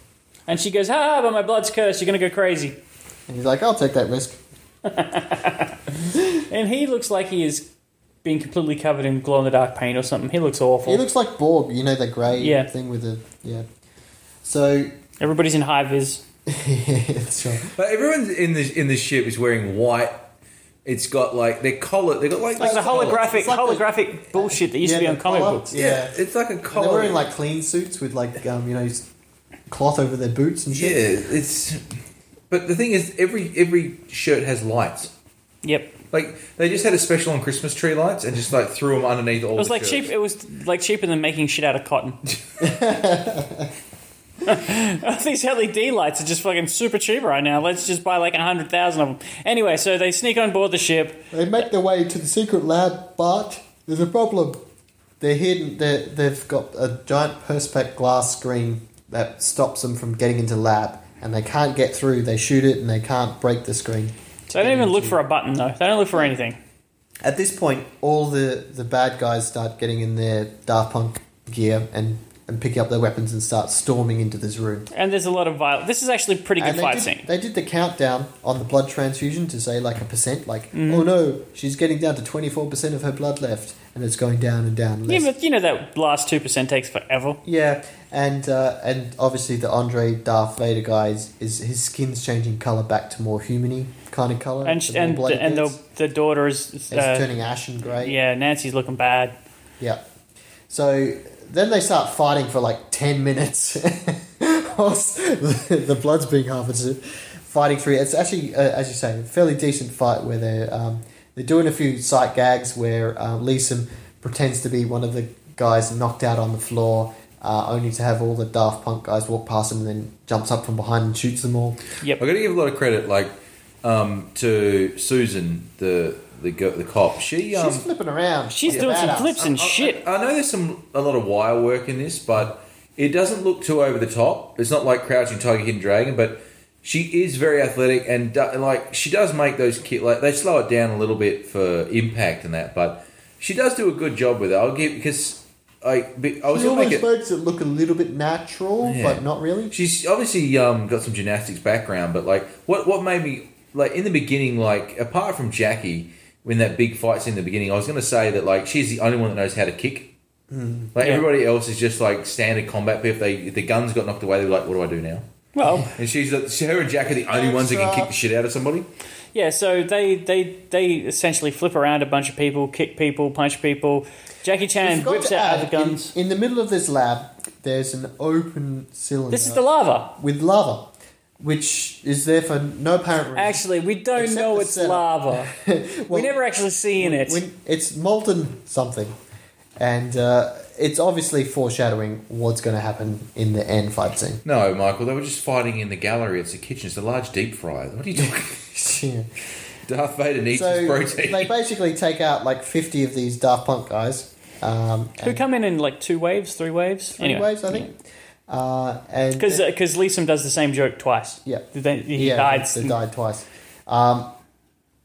S3: And she goes, "Ha! But my blood's cursed. You're gonna go crazy."
S4: And he's like, I'll take that risk.
S3: And he looks like he is being completely covered in glow in the dark paint or something. He looks awful.
S4: He looks like Borg, you know, the grey
S3: Yeah.
S4: thing with the yeah. So
S3: Everybody's in high vis.
S4: that's right.
S5: But everyone in the in the ship is wearing white. It's got like their collar. They got like
S3: It's
S5: this
S3: a holographic,
S4: It's like the-
S3: holographic bullshit that used to be
S4: Yeah,
S3: on
S4: the
S3: comic
S4: collar.
S3: books.
S5: Yeah,
S4: Yeah.
S5: it's like a
S4: And they're
S5: collar.
S4: wearing like clean suits with like um, you know s- cloth over their boots and
S5: yeah,
S4: shit.
S5: it's. But the thing is, every every shirt has lights.
S3: Yep, it
S5: Like they just had a special on Christmas tree lights and just like threw them underneath all. It
S3: was like cheap. It was like cheaper than making shit out of cotton. These LED lights are just fucking super cheap right now. Let's just buy like a hundred thousand of them. Anyway, so they sneak on board the ship.
S4: They make their way to the secret lab, but there's a problem. They're hidden. They're, they've got a giant perspex glass screen that stops them from getting into the lab, and they can't get through. They shoot it, and they can't break the screen.
S3: So they don't even look for a button though. They don't look for anything.
S4: At this point, all the, the bad guys start getting in their Daft Punk gear and, and picking up their weapons and start storming into this room.
S3: And there's a lot of violence. This is actually a pretty good
S4: And they
S3: fight
S4: did,
S3: scene.
S4: They did the countdown on the blood transfusion to say like a percent, like
S3: Mm-hmm.
S4: oh no, she's getting down to twenty four percent of her blood left, and it's going down and down.
S3: Yeah,
S4: Less.
S3: but you know that last two percent takes forever.
S4: Yeah, and uh, and obviously the Andre Darth Vader guys is his skin's changing color back to more humany kind of color,
S3: And
S4: the
S3: sh-
S4: more
S3: and
S4: blood
S3: the,
S4: it
S3: and
S4: gets.
S3: the the daughter is,
S4: It's
S3: uh,
S4: turning ashen grey.
S3: yeah. Nancy's looking bad.
S4: Yeah. So then they start fighting for like 10 minutes. Whilst the blood's being harvested. Fighting through. It's actually, uh, as you say, a fairly decent fight where they're, um, they're doing a few sight gags where um, Leeson pretends to be one of the guys knocked out on the floor. Uh, only to have all the Daft Punk guys walk past him and then jumps up from behind and shoots them all.
S5: I got to give a lot of credit, like um, to Susan, the the go- the cop. She um,
S4: She's flipping around.
S3: She's doing some
S4: badass. Oh,
S3: flips and
S5: I- I-
S3: shit.
S5: I, know there's some a lot of wire work in this, but it doesn't look too over the top. It's not like Crouching Tiger, Hidden Dragon, but she is very athletic and do, and, like she does make those kick. Like they slow it down a little bit for impact and that, but she does do a good job with it. I'll give because I be- I was
S4: She
S5: gonna
S4: always
S5: make it.
S4: makes it look a little bit natural,
S5: Yeah.
S4: but not really.
S5: She's obviously um, got some gymnastics background, but like what what made me like in the beginning, like apart from Jackie, when that big fight scene in the beginning, I was going to say that like she's the only one that knows how to kick.
S4: Mm-hmm.
S5: Like
S3: Yeah.
S5: everybody else is just like standard combat. But if they if the guns got knocked away, they were like, "What do I do now?"
S3: Well,
S5: And she's the- she- her and Jack are the only ones that can kick the shit out of somebody.
S3: yeah. So they they they essentially flip around a bunch of people, kick people, punch people. Jackie Chan
S4: Forgot
S3: whips
S4: to
S3: out
S4: add,
S3: other guns.
S4: In, in the middle of this lab, there's an open cylinder
S3: this is the lava.
S4: with lava, which is there for no apparent reason.
S3: Actually, we don't
S4: Except
S3: know
S4: the
S3: it's
S4: setup.
S3: lava. we
S4: Well,
S3: never actually seen it.
S4: when it's molten something, and uh, it's obviously foreshadowing what's going to happen in the end fight scene.
S5: No, Michael, they were just fighting in the gallery. It's a kitchen. It's a large deep fryer. What are you talking?
S4: Yeah.
S5: Darth Vader needs his
S4: So
S5: protein.
S4: they basically take out like fifty of these Daft Punk guys. Um,
S3: Who
S4: and
S3: come in in like two waves, three waves?
S4: three waves, I think. Uh, and
S3: Because because Leeson does the same joke twice.
S4: Yeah.
S3: They- he
S4: yeah,
S3: died.
S4: They died twice. Um,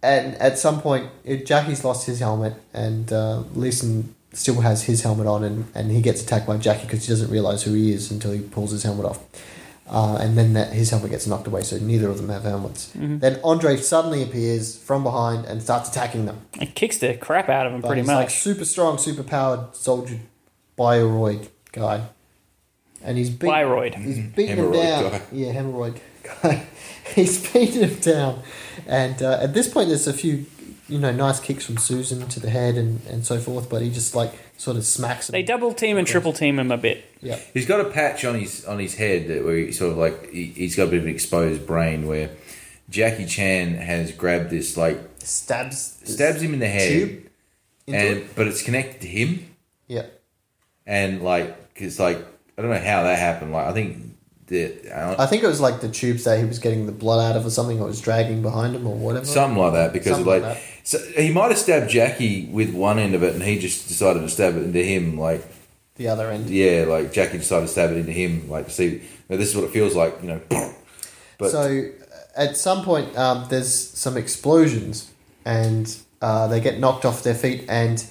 S4: and at some point, it- Jackie's lost his helmet, and uh, Leeson still has his helmet on, and, and he gets attacked by Jackie because he doesn't realize who he is until he pulls his helmet off. Uh, and then that, his helmet gets knocked away, so neither of them have helmets.
S3: Mm-hmm.
S4: Then Andre suddenly appears from behind and starts attacking them.
S3: and kicks the crap out of him
S4: But
S3: pretty
S4: he's
S3: much.
S4: like super strong, super powered soldier, bioroid guy, and he's beat,
S3: Biroid.
S4: He's beating him
S5: Hemorrhoid
S4: down.
S5: guy.
S4: Yeah, hemorrhoid guy. he's beating him down, and uh, at this point, there's a few, you know, nice kicks from Susan to the head and and so forth. But he just like sort of smacks. Him.
S3: they double team and triple team him a bit.
S4: Yeah.
S5: He's got a patch on his on his head that where he sort of like he, he's got a bit of an exposed brain where Jackie Chan has grabbed this like
S4: Stabs.
S5: stabs him in the head,
S4: Tube into
S5: and
S4: it.
S5: but it's connected to him
S4: Yeah.
S5: and like because like I don't know how that happened. Like I think the
S4: I
S5: uh,
S4: think it was like the tubes that he was getting the blood out of, or something, or was dragging behind him, or whatever.
S5: something like that because of
S4: Something
S5: like
S4: like
S5: so he might have stabbed Jackie with one end of it and he just decided to stab it into him like
S4: the other end.
S5: yeah like Jackie decided to stab it into him like to see now this is what it feels like you know. But
S4: so at some point um, there's some explosions and uh, they get knocked off their feet and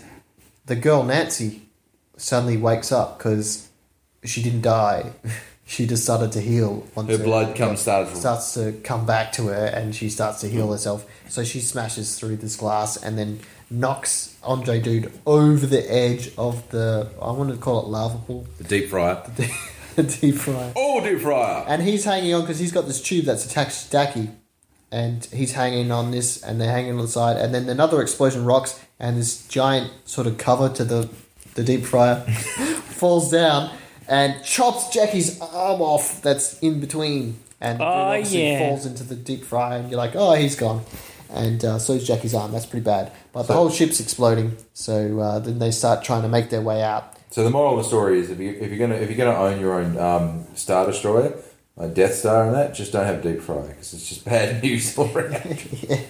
S4: the girl nancy suddenly wakes up because she didn't die. She just started to heal. Once
S5: Her blood comes started from
S4: starts to come back to her and she starts to heal herself. So she smashes through this glass and then knocks Andre Dude over the edge of the I want to call it lava pool,
S5: the deep fryer.
S4: the deep fryer.
S5: Oh, deep fryer!
S4: And he's hanging on because he's got this tube that's attached to Daki, and he's hanging on this, and they're hanging on the side, and then another explosion rocks, and this giant sort of cover to the the deep fryer falls down and chops Jackie's arm off that's in between, and dude
S3: Oh,
S4: obviously
S3: yeah.
S4: falls into the deep fryer, and you're like, oh, he's gone. And uh, so is Jackie's arm. That's pretty bad. But the
S5: So-
S4: whole ship's exploding. So uh, then they start trying to make their way out.
S5: So the moral of the story is if you if you're gonna if you're gonna own your own um, star destroyer, like Death Star and that, just don't have deep fryer because it's just bad news all around.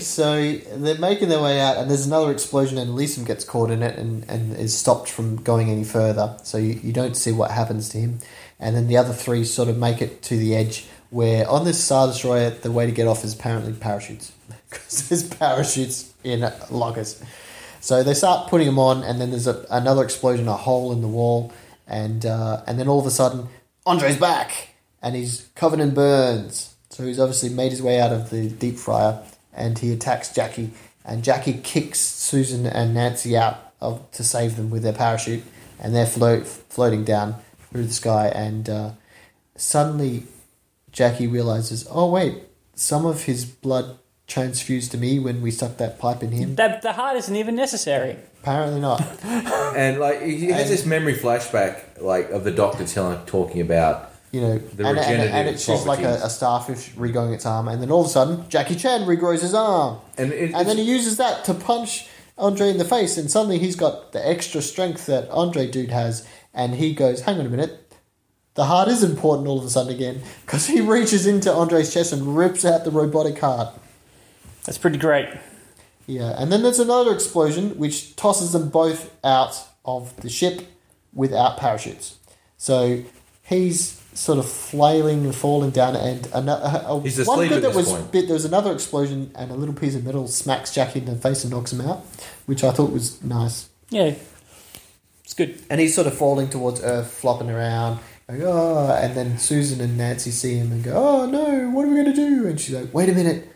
S4: So they're making their way out, and there's another explosion, and Leeson gets caught in it and, and is stopped from going any further. So you, you don't see what happens to him. And then the other three sort of make it to the edge, where on this Star Destroyer, the way to get off is apparently parachutes. Because there's parachutes in lockers. So they start putting them on, and then there's a, another explosion, a hole in the wall, and uh, and then all of a sudden, Andre's back, and he's covered in burns. So he's obviously made his way out of the deep fryer, and he attacks Jackie, and Jackie kicks Susan and Nancy out of to save them with their parachute, and they're float, floating down through the sky, and uh, suddenly Jackie realizes, oh wait, some of his blood transfused to me when we stuck that pipe in him.
S3: That the heart isn't even necessary.
S4: Apparently not.
S5: and like he has this memory flashback like of the doctor telling talking about
S4: you know,
S5: The
S4: and, and,
S5: regenerative
S4: and it's just like a,
S5: properties.
S4: a starfish regrowing its arm, and then all of a sudden, Jackie Chan regrows his arm,
S5: and it,
S4: and then he uses that to punch Andre in the face, and suddenly he's got the extra strength that Andre dude has, and he goes, "Hang on a minute, the heart is important all of a sudden again," because he reaches into Andre's chest and rips out the robotic heart.
S3: That's pretty great.
S4: Yeah, and then there's another explosion which tosses them both out of the ship without parachutes. So he's sort of flailing and falling down, and another uh,
S5: He's
S4: one
S5: asleep
S4: bit
S5: at
S4: that
S5: this
S4: was
S5: point.
S4: bit there was another explosion, and a little piece of metal smacks Jackie in the face and knocks him out, which I thought was nice.
S3: Yeah, it's good.
S4: And he's sort of falling towards Earth, flopping around. Like, oh, and then Susan and Nancy see him and go, oh no, what are we going to do? And she's like, wait a minute,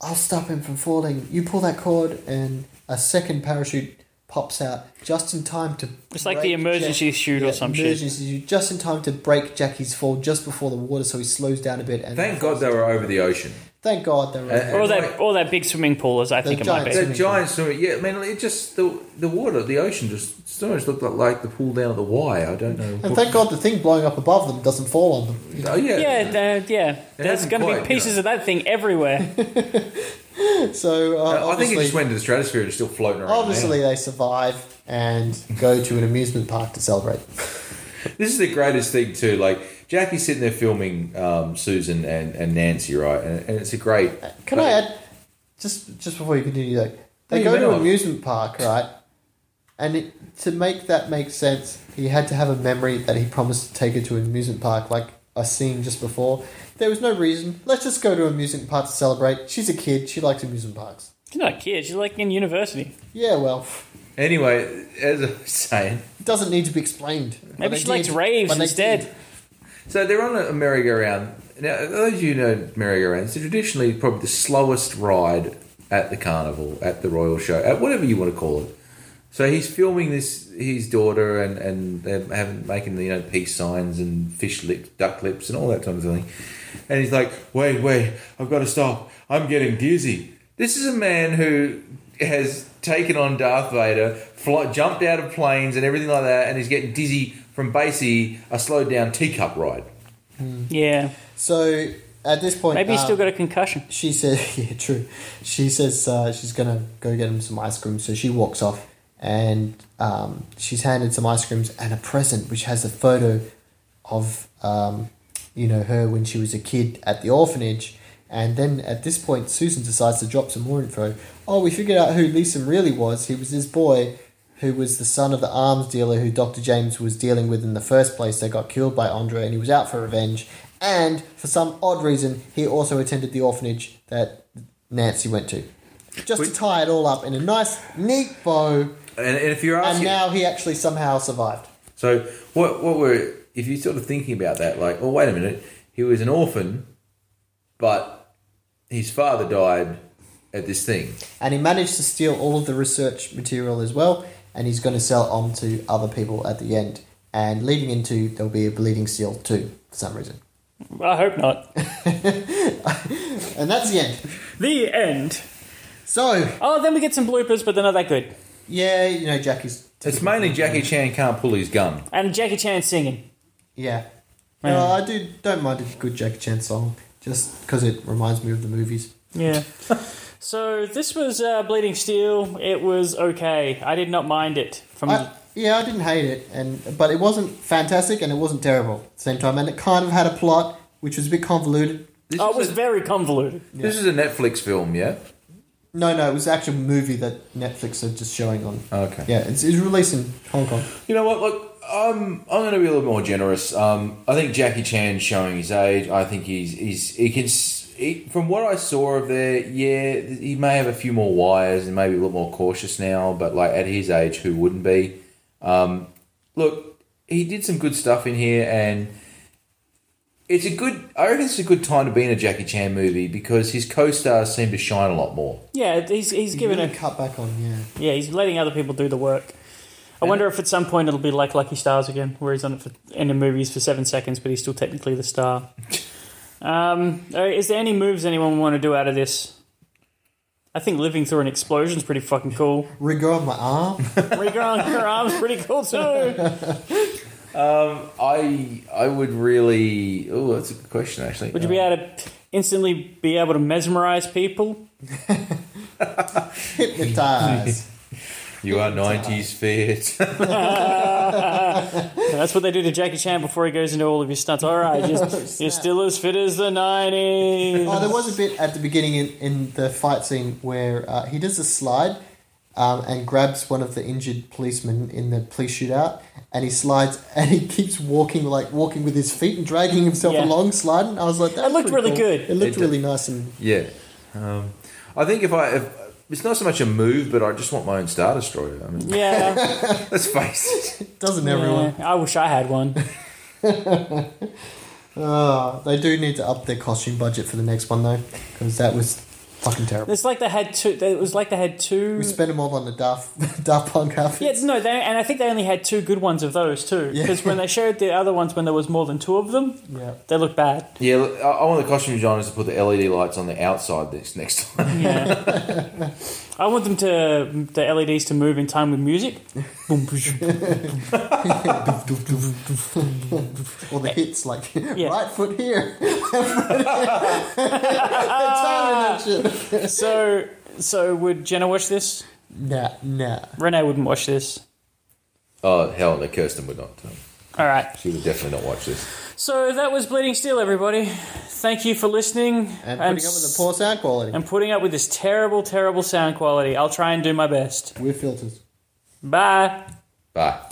S4: I'll stop him from falling. You pull that cord, and a second parachute pops out just in time to.
S3: It's like the emergency chute or some shit.
S4: emergency chute, just in time to break Jackie's fall just before the water, so he slows down a bit. And
S5: thank God they were over the ocean.
S4: Thank God they were.
S5: Uh,
S3: Or
S5: It's
S3: that,
S5: like-
S3: or that big swimming pool, as I think it might
S4: giant
S3: be.
S4: swimming
S5: That giant swimmer, yeah. I mean, it just the the water, the ocean, just so much looked like, like the pool down at the Y. I don't know.
S4: and thank God the thing blowing up above them doesn't fall on them.
S5: Oh yeah,
S3: Yeah, th- yeah. There's
S5: hasn't
S3: going to
S5: quite,
S3: be pieces
S5: you know.
S3: of that thing everywhere.
S4: So uh,
S5: I think it
S4: obviously-
S5: just went to the stratosphere and it's still floating around.
S4: Obviously,
S5: now.
S4: they survive and go to an amusement park to celebrate.
S5: this is the greatest thing too. Like Jackie's sitting there filming um, Susan and, and Nancy, right? And, and it's a great.
S4: Can I add, just just before you continue, though, they
S5: you
S4: go to
S5: may.
S4: an amusement park, right? And it, to make that make sense, he had to have a memory that he promised to take her to an amusement park, like a scene just before. There was no reason. Let's just go to an amusement park to celebrate. She's a kid. She likes amusement parks.
S3: She's not a kid. She's like in university.
S4: Yeah, well,
S5: Anyway, as I was saying,
S4: it doesn't need to be explained.
S3: Maybe she likes raves instead.
S5: so they're on a, a merry-go-round. Now, those of you who know merry-go-rounds, they're traditionally probably the slowest ride at the carnival, at the royal show, at whatever you want to call it. So he's filming this his daughter and and they're having making you know peace signs and fish lips, duck lips, and all that kind of thing. And he's like, "Wait, wait, I've got to stop. I'm getting dizzy." This is a man who has taken on Darth Vader, fly, jumped out of planes and everything like that, and he's getting dizzy from basically a slowed down teacup ride.
S3: Yeah.
S4: So at this point,
S3: Maybe he's
S4: Mm-hmm. um,
S3: still got a concussion.
S4: she says, "Yeah, true." She says uh, she's gonna go get him some ice cream. So she walks off, and um, she's handed some ice creams and a present, which has a photo of um, you know her when she was a kid at the orphanage. And then at this point, Susan decides to drop some more info. Oh, we figured out who Leeson really was. He was this boy who was the son of the arms dealer who Dr. James was dealing with in the first place. They got killed by Andre and he was out for revenge. And for some odd reason, he also attended the orphanage that Nancy went to. Just to tie it all up in a nice, neat bow.
S5: And, and if you're
S4: And
S5: asking,
S4: now he actually somehow survived.
S5: So what what were if you sort of thinking about that, like, oh wait a minute, he was an orphan, but his father died at this thing.
S4: And he managed to steal all of the research material as well, and he's going to sell on to other people at the end. And leading into, there'll be a Bleeding Seal too, for some reason.
S3: I hope not.
S4: And that's the end.
S3: The end.
S4: So,
S3: Oh, then we get some bloopers, but they're not that good.
S4: yeah, you know, Jackie's.
S5: It's mainly Jackie Chan can't pull his gun.
S3: And Jackie Chan singing.
S4: Yeah. No, I do, don't mind a good Jackie Chan song, just because it reminds me of the movies.
S3: Yeah. so this was uh, Bleeding Steel. It was okay. I did not mind it. From
S4: I, yeah, I didn't hate it, and but it wasn't fantastic and it wasn't terrible at the same time. And it kind of had a plot which was a bit convoluted.
S5: This,
S3: oh,
S5: is,
S3: it was
S5: a,
S3: very convoluted.
S5: this is a Netflix film, yeah.
S4: No, no, it was an actual movie that Netflix are just showing on.
S5: Okay.
S4: Yeah, it's, it's released in Hong Kong.
S5: You know what? Look, I'm I'm going to be a little more generous. Um, I think Jackie Chan's showing his age. I think he's he's he can. s- He, from what I saw of there, yeah, th- he may have a few more wires and maybe a little more cautious now. But like at his age, who wouldn't be? Um, look, he did some good stuff in here, and it's a good. I reckon it's a good time to be in a Jackie Chan movie because his co-stars seem to shine a lot more.
S3: Yeah, he's he's given
S4: Given
S3: a
S4: really cut back on, yeah.
S3: yeah. He's letting other people do the work. I wonder if at some point it'll be like Lucky Stars again, where he's on it for in the movies for seven seconds, but he's still technically the star. um, all right, is there any moves anyone want to do out of this? I think living through an explosion is pretty fucking cool.
S4: Rigor on my arm.
S3: Regrowing your arms pretty cool too.
S5: I I would really. Oh, that's a good question actually.
S3: Would you be able to instantly be able to mesmerize people?
S4: Hypnotize.
S5: You are nineties fit.
S3: That's what they do to Jackie Chan before he goes into all of his stunts. All right, just, you're still as fit as the '90s.
S4: Oh, there was a bit at the beginning in, in the fight scene where uh, he does a slide um, and grabs one of the injured policemen in the police shootout, and he slides and he keeps walking like walking with his feet and dragging himself
S3: Yeah.
S4: along, sliding. I was like, that
S3: looked really good.
S4: It looked
S5: It did.
S4: really nice and
S5: yeah, um, I think if I, if, it's not so much a move, but I just want my own Star Destroyer. I mean,
S3: Yeah,
S5: let's face it.
S4: doesn't everyone?
S3: yeah, I wish I had one.
S4: Oh, they do need to up their costume budget for the next one though, because that was fucking terrible.
S3: It's like they had two. It was like they had two.
S4: We spent them all on the Daft Daft Punk outfit.
S3: Yeah, no, they, and I think they only had two good ones of those too.
S4: Yeah.
S3: Because when they showed the other ones, when there was more than two of them,
S4: Yeah.
S3: they looked bad.
S5: Yeah, look, I, I want the costume designers to put the LED lights on the outside this next time.
S3: Yeah. I want them to the LEDs to move in time with music. Boom, boom, boom.
S4: Or the hits like right foot here. Timing that shit.
S3: so, so would Jenna watch this?
S4: Nah, nah.
S3: Renee wouldn't watch this.
S5: oh hell, no, Kirsten would not.
S3: All right.
S5: She would definitely not watch this.
S3: So that was Bleeding Steel, everybody. Thank you for listening
S4: And putting up with the poor sound quality
S3: and putting up with this terrible, terrible sound quality. I'll try and do my best.
S4: with filters.
S3: Bye.
S5: Bye.